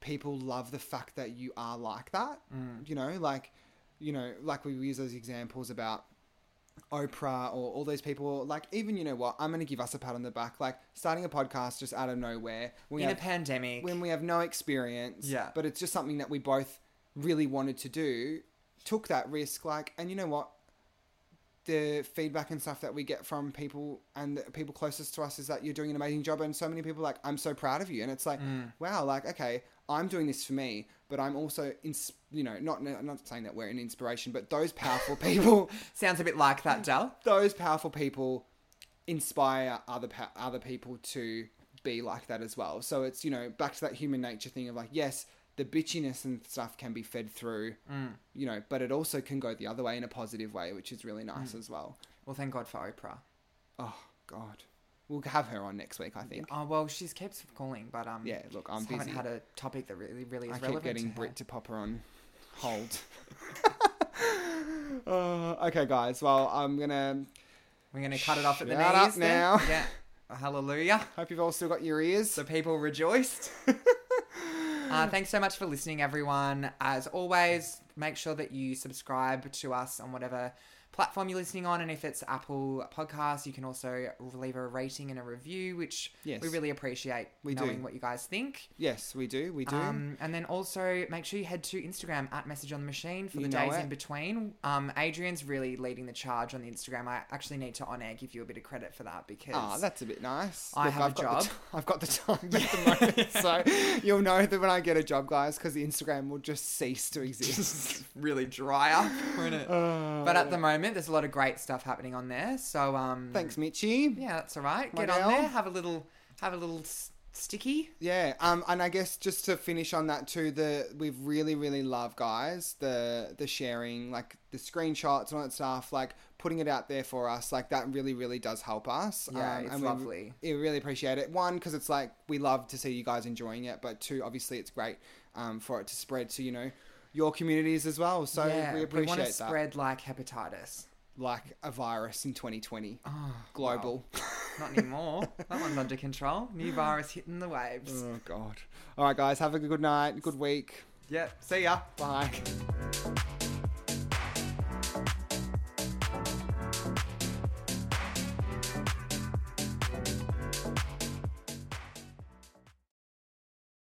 Speaker 1: people love the fact that you are like that.
Speaker 2: Mm.
Speaker 1: You know, like you know, like we use those examples about Oprah or all these people. Like even you know what, I'm gonna give us a pat on the back. Like starting a podcast just out of nowhere. We
Speaker 2: In
Speaker 1: have
Speaker 2: a pandemic.
Speaker 1: when we have no experience.
Speaker 2: Yeah.
Speaker 1: But it's just something that we both really wanted to do, took that risk, like, and you know what? The feedback and stuff that we get from people and the people closest to us is that you're doing an amazing job, and so many people are like, I'm so proud of you, and it's like, wow, like, okay, I'm doing this for me, but I'm also, ins- you know, not not saying that we're an inspiration, but those powerful people
Speaker 2: Sounds a bit like
Speaker 1: Mm.
Speaker 2: that, Del.
Speaker 1: those powerful people inspire other pa- other people to be like that as well. So it's you know back to that human nature thing of like yes, the bitchiness and stuff can be fed through,
Speaker 2: Mm.
Speaker 1: you know, but it also can go the other way in a positive way, which is really nice
Speaker 2: Mm.
Speaker 1: as well.
Speaker 2: Well, thank God for Oprah.
Speaker 1: Oh God, we'll have her on next week, I think.
Speaker 2: Oh well, she's keeps calling, but um,
Speaker 1: Yeah, look, I'm
Speaker 2: just haven't
Speaker 1: busy.
Speaker 2: had a topic that really, really
Speaker 1: I
Speaker 2: is
Speaker 1: keep
Speaker 2: relevant.
Speaker 1: getting
Speaker 2: to her.
Speaker 1: Brit to pop her on hold. (laughs) Uh, okay, guys. Well, I'm gonna
Speaker 2: We're gonna cut it off at the
Speaker 1: Shut
Speaker 2: knees
Speaker 1: up
Speaker 2: then.
Speaker 1: now. (laughs)
Speaker 2: Yeah. Hallelujah.
Speaker 1: hope you've all still got your ears.
Speaker 2: So people
Speaker 1: (laughs)
Speaker 2: rejoiced. uh, thanks so much for listening, everyone. As always, make sure that you subscribe to us on whatever platform you're listening on. And if it's Apple Podcasts, you can also leave a rating and a review, which
Speaker 1: Yes.
Speaker 2: we really appreciate
Speaker 1: We do.
Speaker 2: knowing what you guys think.
Speaker 1: yes, we do. We do.
Speaker 2: Um, and then also make sure you head to Instagram at Message on the Machine for
Speaker 1: You
Speaker 2: the
Speaker 1: know
Speaker 2: days
Speaker 1: it.
Speaker 2: in between. Um, Adrian's really leading the charge on the Instagram. I actually need to on air give you a bit of credit for that because
Speaker 1: Ah, that's a bit nice.
Speaker 2: I have a
Speaker 1: I've Got
Speaker 2: job.
Speaker 1: the, t- (laughs) I've got the time
Speaker 2: (laughs)
Speaker 1: at the moment, so you'll know that when I get a job, guys, because the Instagram will just cease to
Speaker 2: (laughs)
Speaker 1: exist.
Speaker 2: really dry up, won't (laughs) it?
Speaker 1: Uh,
Speaker 2: But at the moment, there's a lot of great stuff happening on there. So um,
Speaker 1: thanks, Mitchy. Yeah.
Speaker 2: Yeah, that's all right.
Speaker 1: My
Speaker 2: Get on
Speaker 1: girl.
Speaker 2: there. Have a little. Have a little s- sticky.
Speaker 1: Um, and I guess just to finish on that too, the we've really, really love guys the the sharing, like the screenshots and all that stuff, like putting it out there for us, like that really, really does help us.
Speaker 2: Yeah,
Speaker 1: um,
Speaker 2: it's
Speaker 1: and we-
Speaker 2: lovely.
Speaker 1: Yeah, we really appreciate it. One, because it's like we love to see you guys enjoying it, but two, obviously it's great um, for it to spread to you know your communities as well. So
Speaker 2: yeah,
Speaker 1: we appreciate
Speaker 2: want to
Speaker 1: that.
Speaker 2: spread like hepatitis.
Speaker 1: Like a virus in 2020,
Speaker 2: Oh,
Speaker 1: global.
Speaker 2: well, not anymore. that one's under control. New virus hitting the waves.
Speaker 1: Oh God! All right, guys, have a good night, good week. Yeah. See ya. Bye.